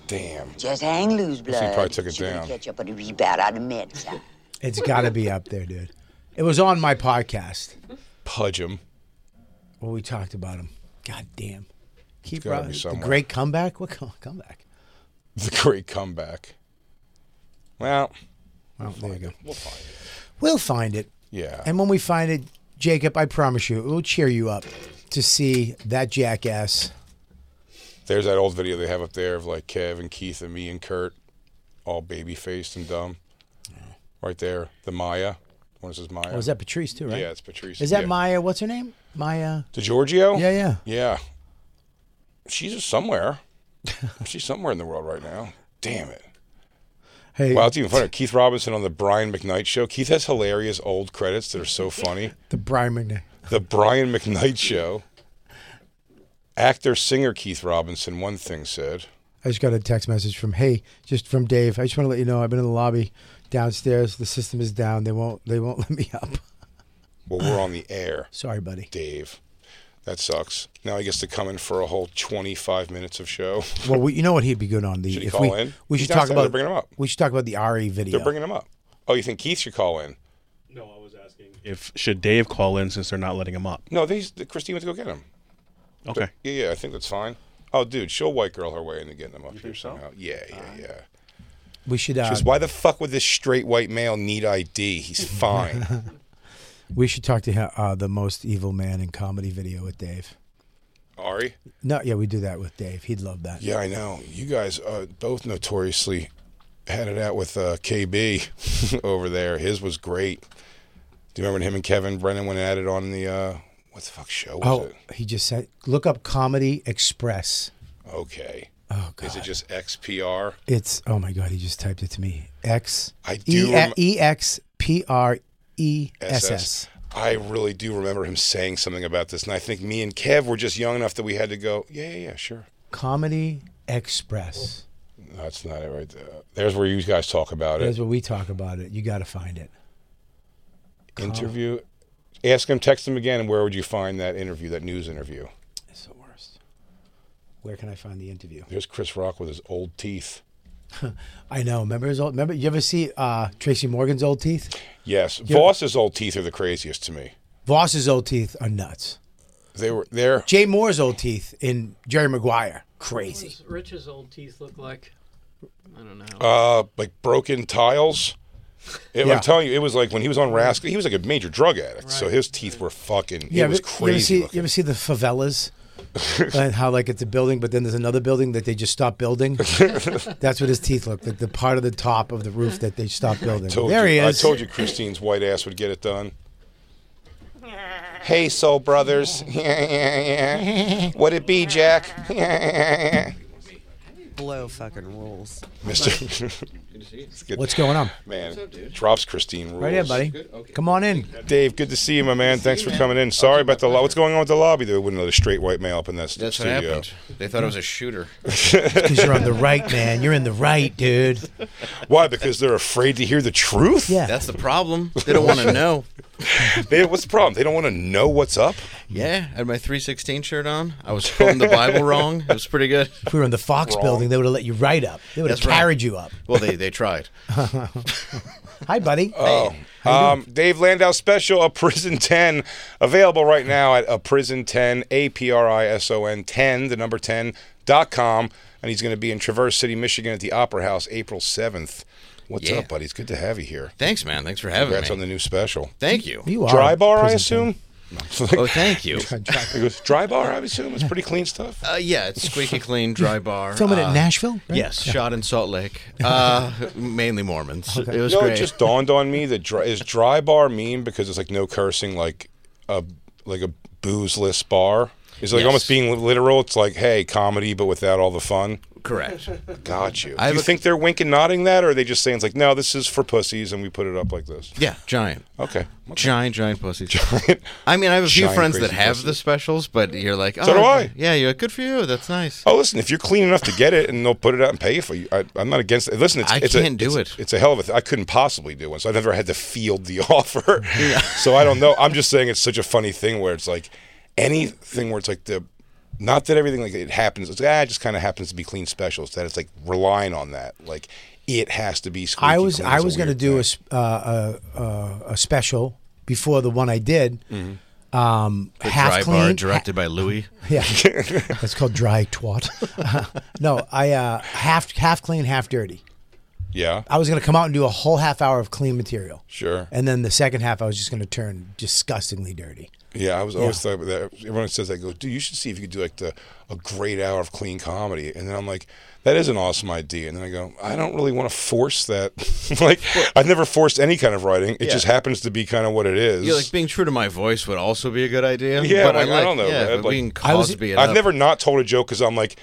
Speaker 3: Damn.
Speaker 15: Just hang loose,
Speaker 3: She
Speaker 15: blood.
Speaker 3: probably took it
Speaker 15: She'll
Speaker 3: down.
Speaker 15: Catch up on the rebound out of medicine.
Speaker 1: It's got to be up there, dude. It was on my podcast.
Speaker 3: Pudge him.
Speaker 1: Well, we talked about him. God damn. Keep
Speaker 3: gotta be
Speaker 1: Robin- The
Speaker 3: somewhere.
Speaker 1: great comeback? What co- comeback?
Speaker 3: The great comeback. Well,
Speaker 1: Well, there you go.
Speaker 3: We'll find it.
Speaker 1: We'll find it.
Speaker 3: Yeah.
Speaker 1: And when we find it, Jacob, I promise you, it will cheer you up to see that jackass.
Speaker 3: There's that old video they have up there of like Kev and Keith and me and Kurt, all baby faced and dumb. Right there, the Maya. What is this Maya?
Speaker 1: Oh, is that Patrice too, right?
Speaker 3: Yeah, it's Patrice.
Speaker 1: Is that
Speaker 3: yeah.
Speaker 1: Maya? What's her name? Maya.
Speaker 3: To Giorgio?
Speaker 1: Yeah, yeah.
Speaker 3: Yeah. She's somewhere. She's somewhere in the world right now. Damn it.
Speaker 1: Hey,
Speaker 3: Wow, it's even funnier. Keith Robinson on the Brian McKnight show. Keith has hilarious old credits that are so funny.
Speaker 1: the Brian McNair.
Speaker 3: The Brian McKnight show. Actor singer Keith Robinson, one thing said.
Speaker 1: I just got a text message from, hey, just from Dave. I just want to let you know I've been in the lobby downstairs. The system is down. They won't. They won't let me up.
Speaker 3: Well, we're on the air.
Speaker 1: Sorry, buddy.
Speaker 3: Dave. That sucks. Now he gets to come in for a whole 25 minutes of show.
Speaker 1: Well, we, you know what he'd be good on the.
Speaker 3: Should he
Speaker 1: if
Speaker 3: call
Speaker 1: we,
Speaker 3: in?
Speaker 1: We
Speaker 3: He's
Speaker 1: should talk
Speaker 3: downstairs. They're
Speaker 1: about.
Speaker 3: bringing him up.
Speaker 1: We should talk about the Ari video.
Speaker 3: They're bringing him up. Oh, you think Keith should call in?
Speaker 9: If should Dave call in since they're not letting him up?
Speaker 3: No, these Christine went to go get him.
Speaker 9: Okay.
Speaker 3: Yeah, yeah, I think that's fine. Oh, dude, she'll white girl her way into getting him up here somehow. Yeah, yeah, yeah.
Speaker 1: we should. Uh,
Speaker 3: She goes, why the fuck would this straight white male need ID? He's fine.
Speaker 1: we should talk to him, uh, the most evil man in comedy video with Dave.
Speaker 3: Ari?
Speaker 1: No, yeah, we do that with Dave. He'd love that.
Speaker 3: Yeah, I know. You guys uh, both notoriously had it out with uh, KB over there. His was great. Do you remember when him and Kevin Brennan went at it on the uh, what the fuck show was
Speaker 1: Oh,
Speaker 3: it?
Speaker 1: he just said, "Look up Comedy Express."
Speaker 3: Okay.
Speaker 1: Oh
Speaker 3: Is it just XPR?
Speaker 1: It's oh my god, he just typed it to me. X
Speaker 3: I do
Speaker 1: E-
Speaker 3: rem-
Speaker 1: E X P R E S S.
Speaker 3: I really do remember him saying something about this, and I think me and Kev were just young enough that we had to go. Yeah, yeah, yeah, sure.
Speaker 1: Comedy Express.
Speaker 3: That's not it right there. There's where you guys talk about
Speaker 1: That's
Speaker 3: it.
Speaker 1: what we talk about it. You got to find it.
Speaker 3: Interview. Ask him, text him again, and where would you find that interview, that news interview?
Speaker 1: It's the worst. Where can I find the interview?
Speaker 3: There's Chris Rock with his old teeth.
Speaker 1: I know. Remember his old. Remember you ever see uh, Tracy Morgan's old teeth?
Speaker 3: Yes,
Speaker 1: Yeah.
Speaker 3: Voss's old teeth are the craziest to me.
Speaker 1: Voss's old teeth are nuts.
Speaker 3: They were there.
Speaker 1: Jay Moore's old teeth in Jerry Maguire. Crazy.
Speaker 6: What does Rich's old teeth look like? I don't know.
Speaker 3: Uh, like broken tiles. It-
Speaker 1: Yeah.
Speaker 3: I'm telling you, it was like when he was on Rascal. He was like a major drug addict, so his teeth were fucking. it was
Speaker 1: but
Speaker 3: crazy.
Speaker 1: You ever see, you ever see the favelas? and how like it's a building, but then there's another building that they just stopped building. That's what his teeth look like. The part of the top of the roof that they stopped building.
Speaker 3: Told
Speaker 1: There
Speaker 3: you,
Speaker 1: he is.
Speaker 3: I told you Christine's white ass would get it done. Hey, soul brothers. What'd it be, Jack?
Speaker 10: Blow fucking rules.
Speaker 3: Mr.
Speaker 1: What's going on?
Speaker 3: Man, drops Christine rules.
Speaker 1: Right here, buddy. Come on in.
Speaker 3: Dave, good to see you, my man. Thanks for coming in. Sorry about the lobby. What's going on with the lobby? They wouldn't let a straight white male up in that
Speaker 13: That's what
Speaker 3: studio.
Speaker 13: happened. They thought it was a shooter.
Speaker 1: Because you're on the right, man. You're in the right, dude.
Speaker 3: Why? Because they're afraid to hear the truth.
Speaker 1: Yeah.
Speaker 13: That's the problem. They don't want to know.
Speaker 3: They, what's the problem? They don't want to know what's up.
Speaker 13: Yeah, I had my 316 shirt on. I was quoting the Bible wrong. It was pretty good.
Speaker 1: If we were in the Fox
Speaker 13: Wrong.
Speaker 1: building, they would have let you right up. They would have
Speaker 13: That's right.
Speaker 1: carried you up.
Speaker 13: Well, they, they tried.
Speaker 1: Hi, buddy.
Speaker 3: Oh. Um, Dave Landau special, A Prison 10, available right now at A Prison 10, A P R I S O N 10, the number 10, dot com. And he's going to be in Traverse City, Michigan at the Opera House April 7th. What's
Speaker 13: Yeah.
Speaker 3: up, buddy? It's good to have you here.
Speaker 13: Thanks, man. Thanks for having
Speaker 3: Congrats
Speaker 13: me.
Speaker 3: on the new special.
Speaker 13: Thank you.
Speaker 1: You are
Speaker 3: Dry
Speaker 1: a
Speaker 3: bar, I
Speaker 1: prison
Speaker 3: assume?
Speaker 13: Oh, thank you.
Speaker 3: He goes, dry bar, I assume. It's pretty clean stuff.
Speaker 13: Uh, yeah, it's squeaky clean, dry bar.
Speaker 1: Filming
Speaker 13: Uh,
Speaker 1: at Nashville? right?
Speaker 13: Yes, shot in Salt Lake. Uh, mainly Mormons. It was
Speaker 3: no,
Speaker 13: great.
Speaker 3: it just dawned on me that dry, is dry bar mean because it's like no cursing, like a like a boozeless bar. It's like
Speaker 13: Yes.
Speaker 3: almost being literal. It's like, hey, comedy, but without all the fun.
Speaker 13: Correct.
Speaker 3: Got you.
Speaker 13: I
Speaker 3: Do you
Speaker 13: look-
Speaker 3: think they're winking, nodding that, or are they just saying it's like, no, this is for pussies, and we put it up like this?
Speaker 13: Yeah, giant.
Speaker 3: Okay.
Speaker 13: Giant, giant pussies. I mean, I have a few
Speaker 3: Giant
Speaker 13: friends that
Speaker 3: crazy
Speaker 13: have
Speaker 3: pussies.
Speaker 13: the specials, but you're like, oh,
Speaker 3: So do I.
Speaker 13: Yeah, you're like, good for you. That's nice.
Speaker 3: Oh, listen, if you're clean enough to get it, and they'll put it out and pay for you, I, I'm not against it. Listen, it's,
Speaker 13: I
Speaker 3: it's a,
Speaker 13: can't do
Speaker 3: it's-
Speaker 13: it.
Speaker 3: It's a hell of a. Th- I couldn't possibly do one, so I've never had to field the offer. so I don't know. I'm just saying it's such a funny thing where it's like anything where it's like the. Not that everything like it happens. It's, ah, it just kind of happens to be clean specials. That it's like relying on that. Like it has to be. squeaky
Speaker 1: I was
Speaker 3: clean.
Speaker 1: I
Speaker 3: It's a
Speaker 1: was going to
Speaker 3: weird
Speaker 1: do a,
Speaker 3: thing.
Speaker 1: sp- uh, a, a a special before the one I did. Um,
Speaker 13: The
Speaker 1: half
Speaker 13: dry
Speaker 1: clean,
Speaker 13: bar
Speaker 1: ha-
Speaker 13: directed by Louis.
Speaker 1: Yeah, that's called dry twat. no, I uh, half half clean, half dirty.
Speaker 3: Yeah,
Speaker 1: I was gonna come out and do a whole half hour of clean material,
Speaker 3: sure.
Speaker 1: and then the second half I was just gonna turn disgustingly dirty.
Speaker 3: Yeah, I was always thought about that. Everyone says that. Go, dude, you should see if you could do like the a great hour of clean comedy. And then I'm like, that is an awesome idea. And then I go, I don't really want to force that. like, I've never forced any kind of writing. It
Speaker 13: Yeah.
Speaker 3: just happens to be kind of what it is.
Speaker 13: You're like, being true to my voice would also be a good idea.
Speaker 3: yeah,
Speaker 13: but
Speaker 3: like,
Speaker 13: I, like,
Speaker 3: don't know.
Speaker 13: Yeah,
Speaker 3: man.
Speaker 13: but
Speaker 3: Like,
Speaker 13: being
Speaker 1: I was-
Speaker 13: Cosby it
Speaker 3: I've
Speaker 13: up.
Speaker 3: never not told a joke because I'm like,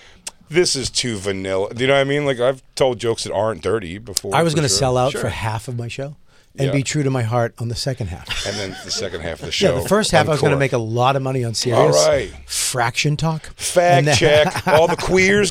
Speaker 3: this is too vanilla. Do you know what I mean? Like, I've told jokes that aren't dirty before.
Speaker 1: I was
Speaker 3: for
Speaker 1: gonna
Speaker 3: sure.
Speaker 1: sell out
Speaker 3: Sure.
Speaker 1: for half of my show, and
Speaker 3: Yeah.
Speaker 1: be true to my heart on the second half.
Speaker 3: and then the second half of the show.
Speaker 1: yeah, the first half I was going to
Speaker 3: encore.
Speaker 1: make a lot of money on serious.
Speaker 3: All right.
Speaker 1: Fraction talk.
Speaker 3: Fact
Speaker 1: And then-
Speaker 3: check. All the queers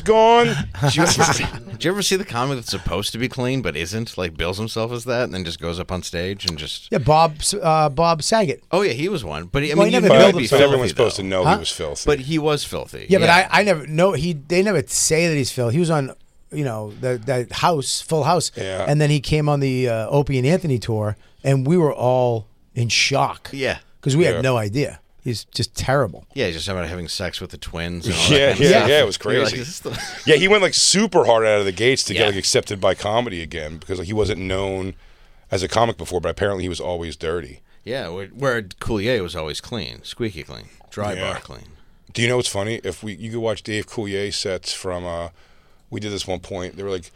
Speaker 3: gone.
Speaker 13: Did you, ever see, did you ever see the comic that's supposed to be clean but isn't? Like bills himself as that and then just goes up on stage and just.
Speaker 1: Yeah, Bob uh, Bob Saget.
Speaker 13: Oh yeah, he was one. But I mean,
Speaker 1: Well, he
Speaker 13: you
Speaker 1: never
Speaker 13: knew
Speaker 1: billed
Speaker 13: he'd be
Speaker 1: himself.
Speaker 3: But everyone's
Speaker 13: filthy, though.
Speaker 3: supposed to know
Speaker 1: Huh?
Speaker 3: he was filthy.
Speaker 13: But he was filthy.
Speaker 1: Yeah, but I, I never no he they never say that he's Phil. He was on you know the that house Full House,
Speaker 13: Yeah.
Speaker 1: and then he came on the uh, Opie and Anthony tour, and we were all in shock.
Speaker 13: Yeah.
Speaker 1: because we
Speaker 13: Yeah.
Speaker 1: had no idea. He's just terrible.
Speaker 13: Yeah, just about having sex with the twins. And all that
Speaker 3: Yeah,
Speaker 13: kind of
Speaker 3: yeah,
Speaker 13: stuff.
Speaker 3: yeah. It was
Speaker 13: You're like,
Speaker 3: crazy.
Speaker 13: "Is this the-"
Speaker 3: yeah, he went like super hard out of the gates to
Speaker 13: Yeah.
Speaker 3: get like, accepted by comedy again because like, he wasn't known as a comic before, but apparently he was always dirty.
Speaker 13: Yeah, where, where Coulier was always clean, squeaky clean, dry
Speaker 3: Yeah.
Speaker 13: bar clean.
Speaker 3: Do you know what's funny? If we you could watch Dave Coulier sets from uh we did this one point, there were like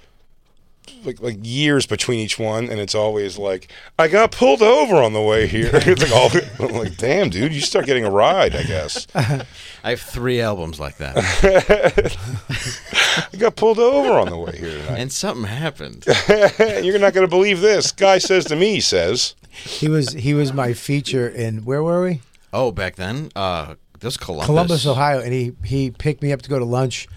Speaker 3: like like years between each one and it's always like I got pulled over on the way here. it's like all I'm like, damn dude, you start getting a ride, I guess.
Speaker 13: I have three albums like that,
Speaker 3: I got pulled over on the way here tonight.
Speaker 13: and something happened.
Speaker 3: You're not gonna believe this. Guy says to me, he says
Speaker 1: He was he was my feature in where were we?
Speaker 13: Oh, back then, uh, this Columbus.
Speaker 1: Columbus, Ohio, and he he picked me up to go to lunch,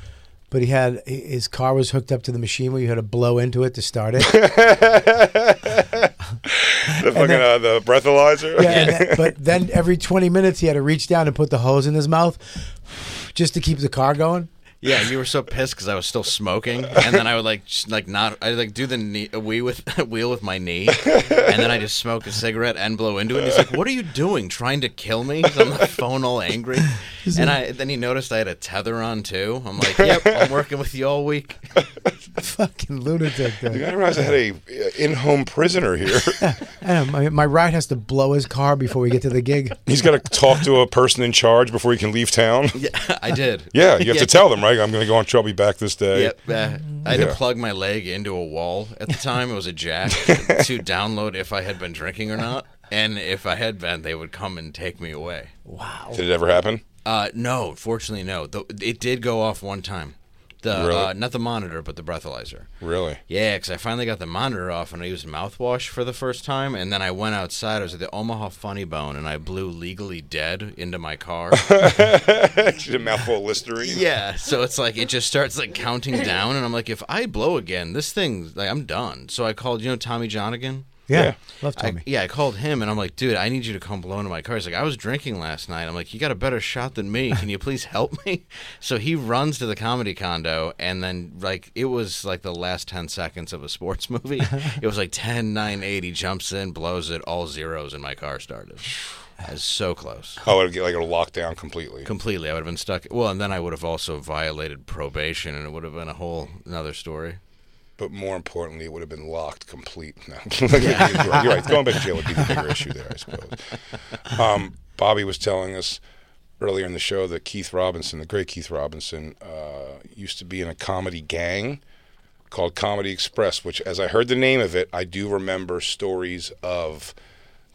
Speaker 1: but he had his car was hooked up to the machine where you had to blow into it to start it.
Speaker 3: the fucking uh, the breathalyzer.
Speaker 1: Yeah, and that- but then every 20 minutes he had to reach down and put the hose in his mouth just to keep the car going.
Speaker 13: Yeah, you were so pissed because I was still smoking, and then I would like just, like not I like do the knee, a wee with a wheel with my knee, and then I just smoke a cigarette and blow into it. And he's like, "What are you doing? Trying to kill me?" He's on the phone, all angry. And I then he noticed I had a tether on too. I'm like, "Yep, I'm working with you all week."
Speaker 1: Fucking lunatic.
Speaker 3: I
Speaker 1: Dude.
Speaker 3: didn't realize I had a uh, in-home prisoner here.
Speaker 1: um, I know, my, my ride has to blow his car before we get to the gig.
Speaker 3: He's got to talk to a person in charge before he can leave town.
Speaker 13: Yeah, I did.
Speaker 3: Yeah, you have
Speaker 13: Yeah.
Speaker 3: to tell them, right? I'm going to go on trouble back this day.
Speaker 13: Yep. Uh, I had
Speaker 3: Yeah.
Speaker 13: to plug my leg into a wall at the time. It was a jack to download if I had been drinking or not. And if I had been, they would come and take me away.
Speaker 1: Wow.
Speaker 3: Did it ever happen?
Speaker 13: Uh, no, fortunately, no. The, it did go off one time. The
Speaker 3: Really?
Speaker 13: uh, not the monitor, but the breathalyzer.
Speaker 3: Really?
Speaker 13: Yeah, because I finally got the monitor off and I used mouthwash for the first time, and then I went outside. I was at the Omaha Funny Bone, and I blew "Legally Dead" into my car.
Speaker 3: She's a mouthful of Listerine.
Speaker 13: Yeah, so it's like it just starts like counting down, and I'm like, if I blow again, this thing's like I'm done. So I called, you know, Tommy John again.
Speaker 1: Yeah. Love
Speaker 13: I-
Speaker 1: Tommy.
Speaker 13: yeah, I called him and I'm like, dude, I need you to come blow into my car. He's like, I was drinking last night. I'm like, you got a better shot than me. Can you please help me? So he runs to the comedy condo and then like it was like the last ten seconds of a sports movie. it was like 10, 9, 8. He jumps in, blows it, all zeros, and my car started. I was so close.
Speaker 3: Oh, it'll get like it'll lock down completely.
Speaker 13: Completely, I would have been stuck. Well, and then I would have also violated probation, and it would have been a whole another story.
Speaker 3: But more importantly, it would have been locked complete. No, you're right. You're right. Going back to jail would be the bigger issue there, I suppose. Um, Bobby was telling us earlier in the show that Keith Robinson, the great Keith Robinson, uh, used to be in a comedy gang called Comedy Express, which, as I heard the name of it, I do remember stories of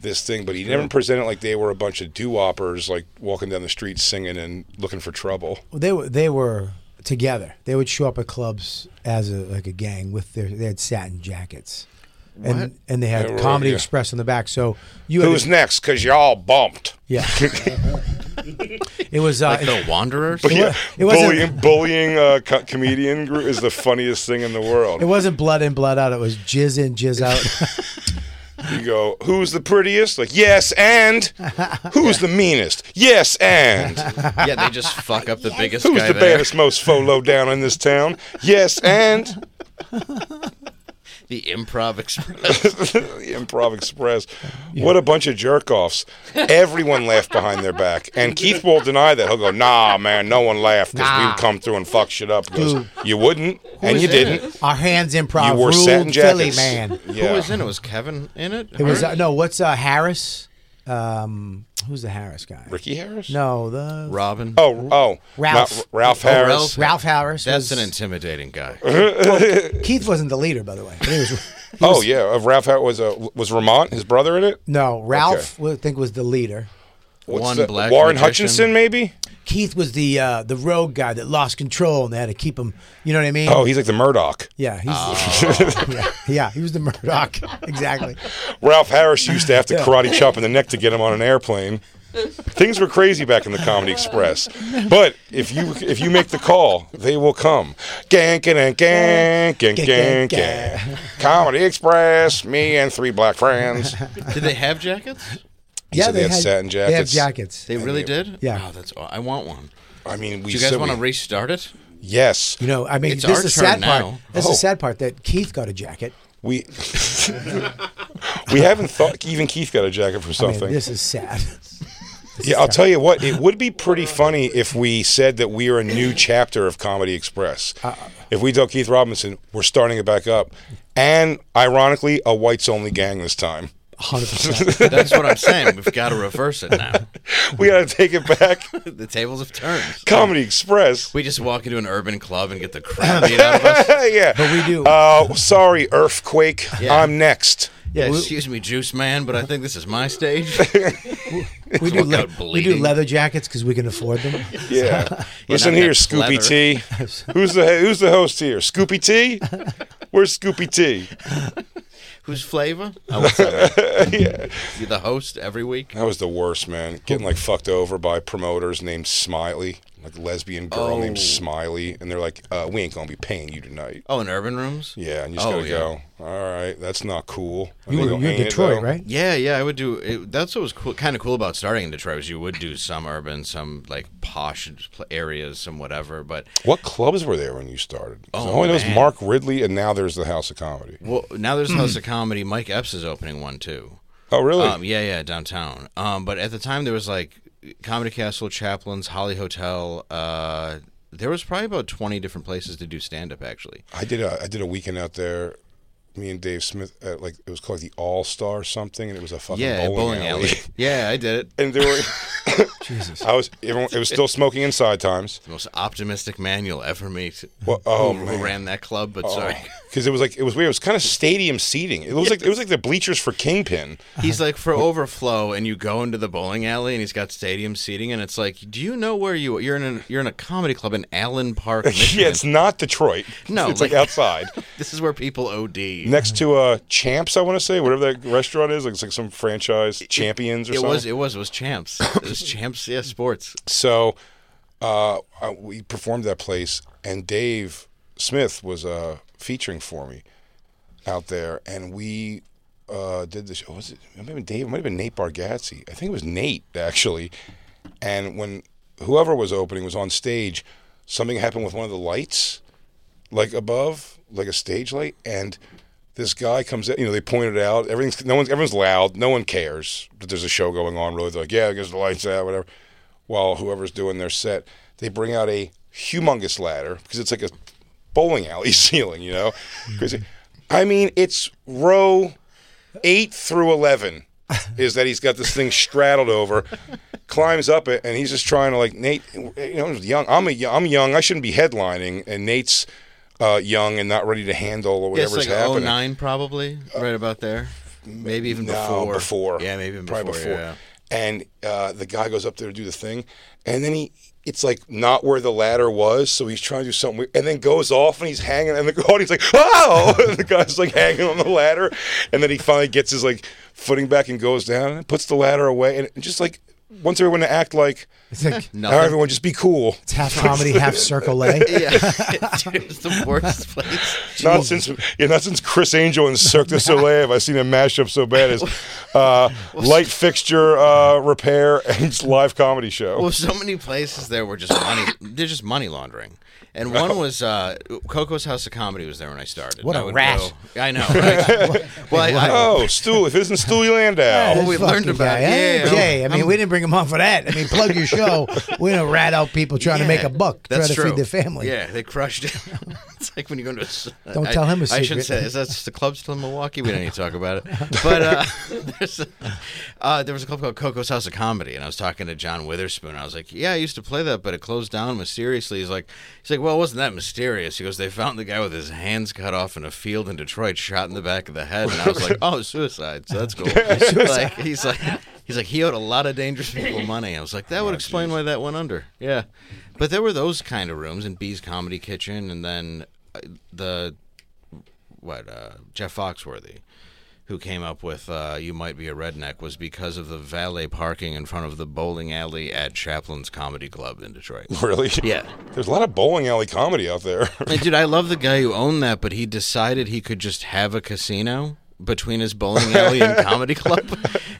Speaker 3: this thing. But he never presented like they were a bunch of doo-woppers, like walking down the street singing and looking for trouble.
Speaker 1: Well, They were they were together. They would show up at clubs as a like a gang with their they had satin jackets.
Speaker 3: What?
Speaker 1: And and they had
Speaker 3: They were-
Speaker 1: Comedy
Speaker 3: yeah.
Speaker 1: Express on the back. So you had
Speaker 3: Who's next? Because y'all bumped.
Speaker 1: Yeah. it was uh,
Speaker 13: Like the Wanderers.
Speaker 1: It wa- it wasn't-
Speaker 3: bullying bullying uh, co- comedian group is the funniest thing in the world.
Speaker 1: it wasn't blood in blood out. It was jizz in jizz out.
Speaker 3: You go, who's the prettiest? Like, yes, and who's the meanest? Yes, and
Speaker 13: yeah, they just fuck up the biggest
Speaker 3: who's
Speaker 13: guy
Speaker 3: the
Speaker 13: there.
Speaker 3: baddest, most folo down in this town? Yes, and
Speaker 13: The Improv Express.
Speaker 3: the Improv Express. What a bunch of jerk offs! Everyone laughed behind their back, and Keith will deny that. He'll go, "Nah, man, no one laughed because we
Speaker 1: Nah.
Speaker 3: would come through and fuck shit up." He Goes,
Speaker 1: Dude.
Speaker 3: you wouldn't, and
Speaker 13: was
Speaker 3: you
Speaker 13: in
Speaker 3: didn't.
Speaker 13: it?
Speaker 1: Our hands improv
Speaker 3: You wore
Speaker 1: ruled
Speaker 3: satin
Speaker 1: Philly,
Speaker 3: jackets.
Speaker 1: man.
Speaker 3: Yeah.
Speaker 13: Who was in it? Was Kevin in it?
Speaker 1: It was uh,
Speaker 13: Hart?
Speaker 1: no. What's uh, Harris? Um, who's the Harris guy?
Speaker 3: Ricky Harris?
Speaker 1: No, the
Speaker 13: Robin.
Speaker 3: Oh, oh,
Speaker 1: Ralph.
Speaker 3: not R- Ralph
Speaker 13: Oh,
Speaker 3: Harris.
Speaker 1: Ralph Harris.
Speaker 13: That's
Speaker 1: was-
Speaker 13: an intimidating guy.
Speaker 1: Keith wasn't the leader, by the way. I think it was-
Speaker 3: Oh yeah, uh, Ralph Har- was uh, was Vermont his brother in it?
Speaker 1: no, Ralph I think was the leader.
Speaker 3: What's
Speaker 13: one
Speaker 3: the-
Speaker 13: black
Speaker 3: Warren
Speaker 13: magician.
Speaker 3: Hutchinson, maybe?
Speaker 1: Keith was the uh, the rogue guy that lost control and they had to keep him. You know what I mean?
Speaker 3: Oh, he's like the Murdoch.
Speaker 1: Yeah, he's-
Speaker 13: Oh.
Speaker 1: yeah, yeah, he was the Murdoch. exactly.
Speaker 3: Ralph Harris used to have to
Speaker 1: Yeah.
Speaker 3: karate chop in the neck to get him on an airplane. Things were crazy back in the Comedy Express, but if you if you make the call, they will come. Gang, gang, gang, gang, gang, gang. Comedy Express, me and three black friends.
Speaker 13: Did they have jackets?
Speaker 3: He said they had satin
Speaker 13: they had
Speaker 3: jackets.
Speaker 1: jackets.
Speaker 13: They
Speaker 3: And
Speaker 13: really
Speaker 3: they-
Speaker 13: did.
Speaker 1: Yeah.
Speaker 13: Oh, that's. aw- I want one.
Speaker 3: I mean, we
Speaker 13: Do you guys
Speaker 3: said
Speaker 13: want to
Speaker 3: we-
Speaker 13: restart it?
Speaker 3: Yes.
Speaker 1: You know, I mean,
Speaker 13: It's
Speaker 1: this
Speaker 13: our
Speaker 1: is the sad
Speaker 13: turn
Speaker 1: part.
Speaker 13: now.
Speaker 1: That's
Speaker 13: Oh.
Speaker 1: the sad part that Keith got a jacket.
Speaker 3: We we haven't thought. Even Keith got a jacket
Speaker 1: I
Speaker 3: for
Speaker 1: mean,
Speaker 3: something.
Speaker 1: this is sad.
Speaker 3: Yeah, I'll tell you what. It would be pretty funny if we said that we are a new chapter of Comedy Express. if we tell Keith Robinson we're starting it back up, and ironically, a whites only gang this time.
Speaker 13: 100%. That's what I'm saying. We've got to reverse it now.
Speaker 3: we got to take it back.
Speaker 13: the tables have turned.
Speaker 3: Comedy Express.
Speaker 13: We just walk into an urban club and get the crap beat out of us.
Speaker 3: yeah, but we do. Uh, sorry, Earthquake.
Speaker 13: Yeah.
Speaker 3: I'm next.
Speaker 13: Yeah, excuse me, Juice Man, but I think this is my stage.
Speaker 1: We do,
Speaker 13: Walk
Speaker 1: le-
Speaker 13: out
Speaker 1: we do
Speaker 13: bleeding.
Speaker 1: leather jackets because we can afford them.
Speaker 3: Yeah.
Speaker 1: Yeah,
Speaker 3: Listen
Speaker 1: not
Speaker 3: here,
Speaker 1: that
Speaker 3: Scoopy
Speaker 1: pleather.
Speaker 3: T. Who's the who's the host here? Scoopy T. Where's Scoopy T?
Speaker 13: Who's Flavor? Oh, what's up?
Speaker 3: Yeah.
Speaker 13: You're the host every week.
Speaker 3: That was the worst, man. Getting like fucked over by promoters named Smiley, like lesbian girl
Speaker 13: Oh.
Speaker 3: named Smiley, and they're like, uh, "We ain't gonna be paying you tonight."
Speaker 13: Oh, in Urban Rooms?
Speaker 3: Yeah, and you just
Speaker 13: Oh,
Speaker 3: gotta
Speaker 13: yeah.
Speaker 3: go. All right, that's not cool. And
Speaker 1: You
Speaker 3: they
Speaker 1: were-
Speaker 3: go,
Speaker 1: you're
Speaker 3: "Ain't it,
Speaker 1: Detroit,
Speaker 3: though?"
Speaker 1: right?
Speaker 13: Yeah, yeah, I would do. It, that's what was cool, kind of cool about starting in Detroit was you would do some urban, some like posh pl- areas, some whatever. But
Speaker 3: What clubs were there when you started? 'Cause
Speaker 13: Oh,
Speaker 3: I only knows
Speaker 13: man.
Speaker 3: Mark Ridley, and now there's the House of Comedy.
Speaker 13: well, now there's House of Comedy. Mike Epps is opening one too.
Speaker 3: Oh, really?
Speaker 13: Um, yeah, yeah, downtown. Um, but at the time there was like Comedy Castle, Chaplins, Holly Hotel. Uh, there was probably about twenty different places to do stand up. Actually,
Speaker 3: I did a I did a weekend out there. Me and Dave Smith, at like it was called the All Star something, and it was a fucking
Speaker 13: yeah,
Speaker 3: bowling, alley.
Speaker 13: yeah, I did it.
Speaker 3: and there were Jesus. I was everyone, it was still smoking inside times.
Speaker 13: The most optimistic man you'll ever meet.
Speaker 3: Well, oh,
Speaker 13: who,
Speaker 3: man. Oh.
Speaker 13: who ran that club? But sorry.
Speaker 3: because it was like it was weird. It was kind of stadium seating. It was like it was like the bleachers for Kingpin.
Speaker 13: He's like for overflow, and you go into the bowling alley, and he's got stadium seating, and it's like, do you know where you you're in a, you're in a comedy club in Allen Park, Michigan?
Speaker 3: yeah, it's not Detroit.
Speaker 13: No,
Speaker 3: it's like,
Speaker 13: like-
Speaker 3: outside
Speaker 13: This is where people OD.
Speaker 3: next to uh Champs. I want to say whatever that restaurant is. Like it's like some franchise Champions or
Speaker 13: It
Speaker 3: something.
Speaker 13: was it was it was champs. It was champs. Yeah, sports.
Speaker 3: So uh, I- we performed that place, and Dave Smith was uh, featuring for me out there, and we uh, did the show. Was it? It might have been Dave. It might have been Nate Bargatze. I think it was Nate actually. And when whoever was opening was on stage, something happened with one of the lights, like above, like a stage light, and. This guy comes in, you know, they pointed out everything's no one's everyone's loud, no one cares that there's a show going on really. They're like, Yeah, because the lights out, whatever while whoever's doing their set, they bring out a humongous ladder because it's like a bowling alley ceiling, you know? Crazy. I mean, it's row eight through 11 is that he's got this thing straddled over, climbs up it, and he's just trying to, like, Nate, you know, I'm young. I'm, a, I'm young. I shouldn't be headlining. And Nate's uh, young and not ready to handle
Speaker 13: Yeah, it's
Speaker 3: whatever's
Speaker 13: like oh,
Speaker 3: happening. Uh,
Speaker 13: 09 probably, right about there. Maybe even
Speaker 3: No,
Speaker 13: before.
Speaker 3: before.
Speaker 13: Yeah, maybe even
Speaker 3: Probably
Speaker 13: before.
Speaker 3: before.
Speaker 13: Yeah.
Speaker 3: And uh, the guy goes up there to do the thing, and then he. It's like not where the ladder was, so he's trying to do something, weird, and then goes off and he's hanging, and the audience like, "Oh!" And the guy's like hanging on the ladder, and then he finally gets his like footing back and goes down and puts the ladder away, and just like wants everyone to act like,
Speaker 1: It's like-
Speaker 3: "All
Speaker 1: Nothing.
Speaker 3: right, everyone, just be cool."
Speaker 1: It's half comedy, half circle A.
Speaker 13: it's the worst place.
Speaker 3: Not since yeah, not since Chris Angel and Cirque du Soleil have I seen a mashup so bad as uh, light fixture uh, repair and live comedy show.
Speaker 13: Well, so many places there were just money. They're just money laundering. And one was uh, Coco's House of Comedy was there when I started.
Speaker 3: Oh. What
Speaker 13: a
Speaker 3: a rat.
Speaker 13: I know. right? well, I, I,
Speaker 3: oh, Stool! If it isn't Stewie Landau,
Speaker 1: This fucking guy. Hey, Jay, I mean, we didn't bring him on for that. I mean, plug your show. We don't rat out people trying to make a buck, trying
Speaker 13: That's
Speaker 1: to
Speaker 13: true.
Speaker 1: feed their family.
Speaker 13: Yeah, they crushed it. it's like when you go into. A, s-
Speaker 1: Don't
Speaker 13: I-
Speaker 1: tell him a
Speaker 13: I
Speaker 1: secret.
Speaker 13: shouldn't say. Is that the club still in Milwaukee? We don't need to talk about it. But uh, there's a, uh, there was a club called Coco's House of Comedy, and I was talking to John Witherspoon. I was like, "Yeah, I used to play that, but it closed down mysteriously." He's like, "He's like, well, it wasn't that mysterious." He goes, "They found the guy with his hands cut off in a field in Detroit, shot in the back of the head," and I was like, "Oh, suicide." So that's cool. like he's like. He's like, he owed a lot of dangerous people money. I was like, that would explain why that went under. Yeah, but there were those kind of rooms in B's Comedy Kitchen, and then uh, the what uh, Jeff Foxworthy, who came up with uh, "You Might Be a Redneck," was because of the valet parking in front of the bowling alley at Chaplin's Comedy Club in Detroit.
Speaker 3: Really?
Speaker 13: Yeah.
Speaker 3: There's a lot of bowling alley comedy out there.
Speaker 13: And dude, I love the guy who owned that, but he decided he could just have a casino between his bowling alley and comedy club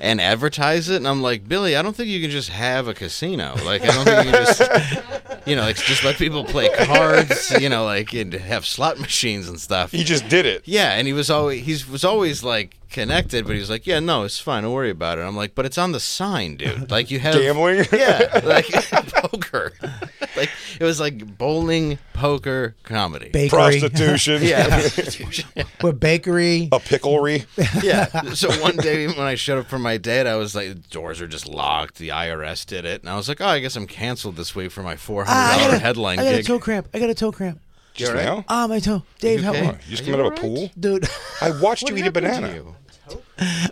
Speaker 13: and advertise it. And I'm like, Billy, I don't think you can just have a casino. Like, I don't think you can just, you know, like just let people play cards, you know, like and have slot machines and stuff.
Speaker 3: He just did it.
Speaker 13: Yeah, and he was always he was always like connected, but he was like, yeah, no, it's fine, don't worry about it. I'm like, but it's on the sign, dude. Like you have
Speaker 3: Gambling?
Speaker 13: yeah, like poker. like it was like bowling, poker, comedy,
Speaker 1: Bakery. Prostitution.
Speaker 13: yeah,
Speaker 1: We're bakery.
Speaker 3: A picklery.
Speaker 13: yeah. So one day when I showed up for my date, I was like, the doors are just locked. The IRS did it, and I was like, oh, I guess I'm canceled this week for my four hundred dollar headline
Speaker 1: Ah, I got a
Speaker 13: gig.
Speaker 1: toe cramp. I got a toe cramp.
Speaker 3: Just now?
Speaker 1: Ah, my toe. Dave, help me.
Speaker 3: You just come out of a pool?
Speaker 1: Dude,
Speaker 3: I watched you eat a banana.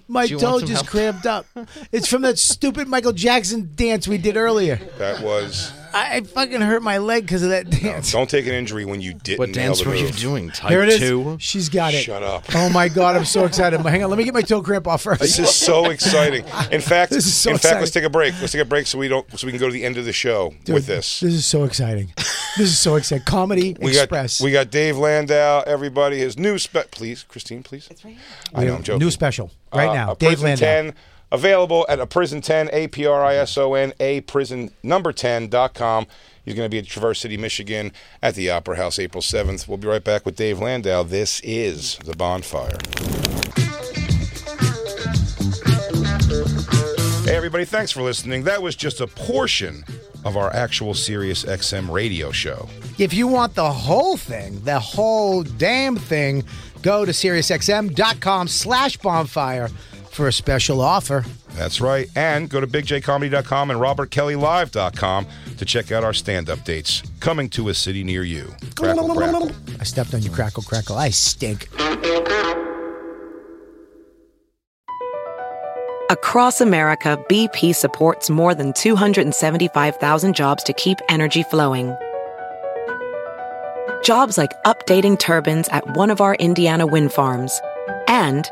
Speaker 1: my
Speaker 3: Do you want
Speaker 1: toe
Speaker 3: some
Speaker 1: just
Speaker 3: help?
Speaker 1: cramped up. It's from that stupid Michael Jackson dance we did earlier.
Speaker 3: That was.
Speaker 1: I, I fucking hurt my leg because of that dance.
Speaker 3: Don't take an injury when you didn't.
Speaker 13: What
Speaker 3: nail
Speaker 13: dance
Speaker 3: the
Speaker 13: were you
Speaker 3: move.
Speaker 13: doing? Type
Speaker 1: Here it is.
Speaker 13: two.
Speaker 1: She's got it.
Speaker 3: Shut up.
Speaker 1: Oh my god, I'm so excited. Hang on, let me get my toe cramp off first.
Speaker 3: This is so exciting. In fact,
Speaker 1: This is so
Speaker 3: in fact, let's
Speaker 1: exciting.
Speaker 3: take a break. Let's take a break so we don't so we can go to the end of the show
Speaker 1: Dude,
Speaker 3: with this.
Speaker 1: This is so exciting. This is so exciting. Comedy
Speaker 3: We
Speaker 1: Express.
Speaker 3: got we got Dave Landau. Everybody, his new spec. Please, Christine, please. That's right. I know. I'm joking.
Speaker 1: New special right
Speaker 3: Uh,
Speaker 1: now.
Speaker 3: A
Speaker 1: Dave
Speaker 3: Prison
Speaker 1: Landau.
Speaker 3: 10, available at a prison 10, A P R I S O N, a prison number 10.com. He's going to be at Traverse City, Michigan at the Opera House April 7th. We'll be right back with Dave Landau. This is The Bonfire. Hey, everybody, thanks for listening. That was just a portion of our actual Sirius XM radio show.
Speaker 1: If you want the whole thing, the whole damn thing, go to SiriusXM.com slash bonfire for a special offer.
Speaker 3: That's right. And go to bigjcomedy.com and robertkellylive.com to check out our stand up dates coming to a city near you. Crackle, crackle.
Speaker 1: I stepped on you, crackle, crackle. I stink.
Speaker 16: Across America, BP supports more than 275,000 jobs to keep energy flowing. Jobs like updating turbines at one of our Indiana wind farms and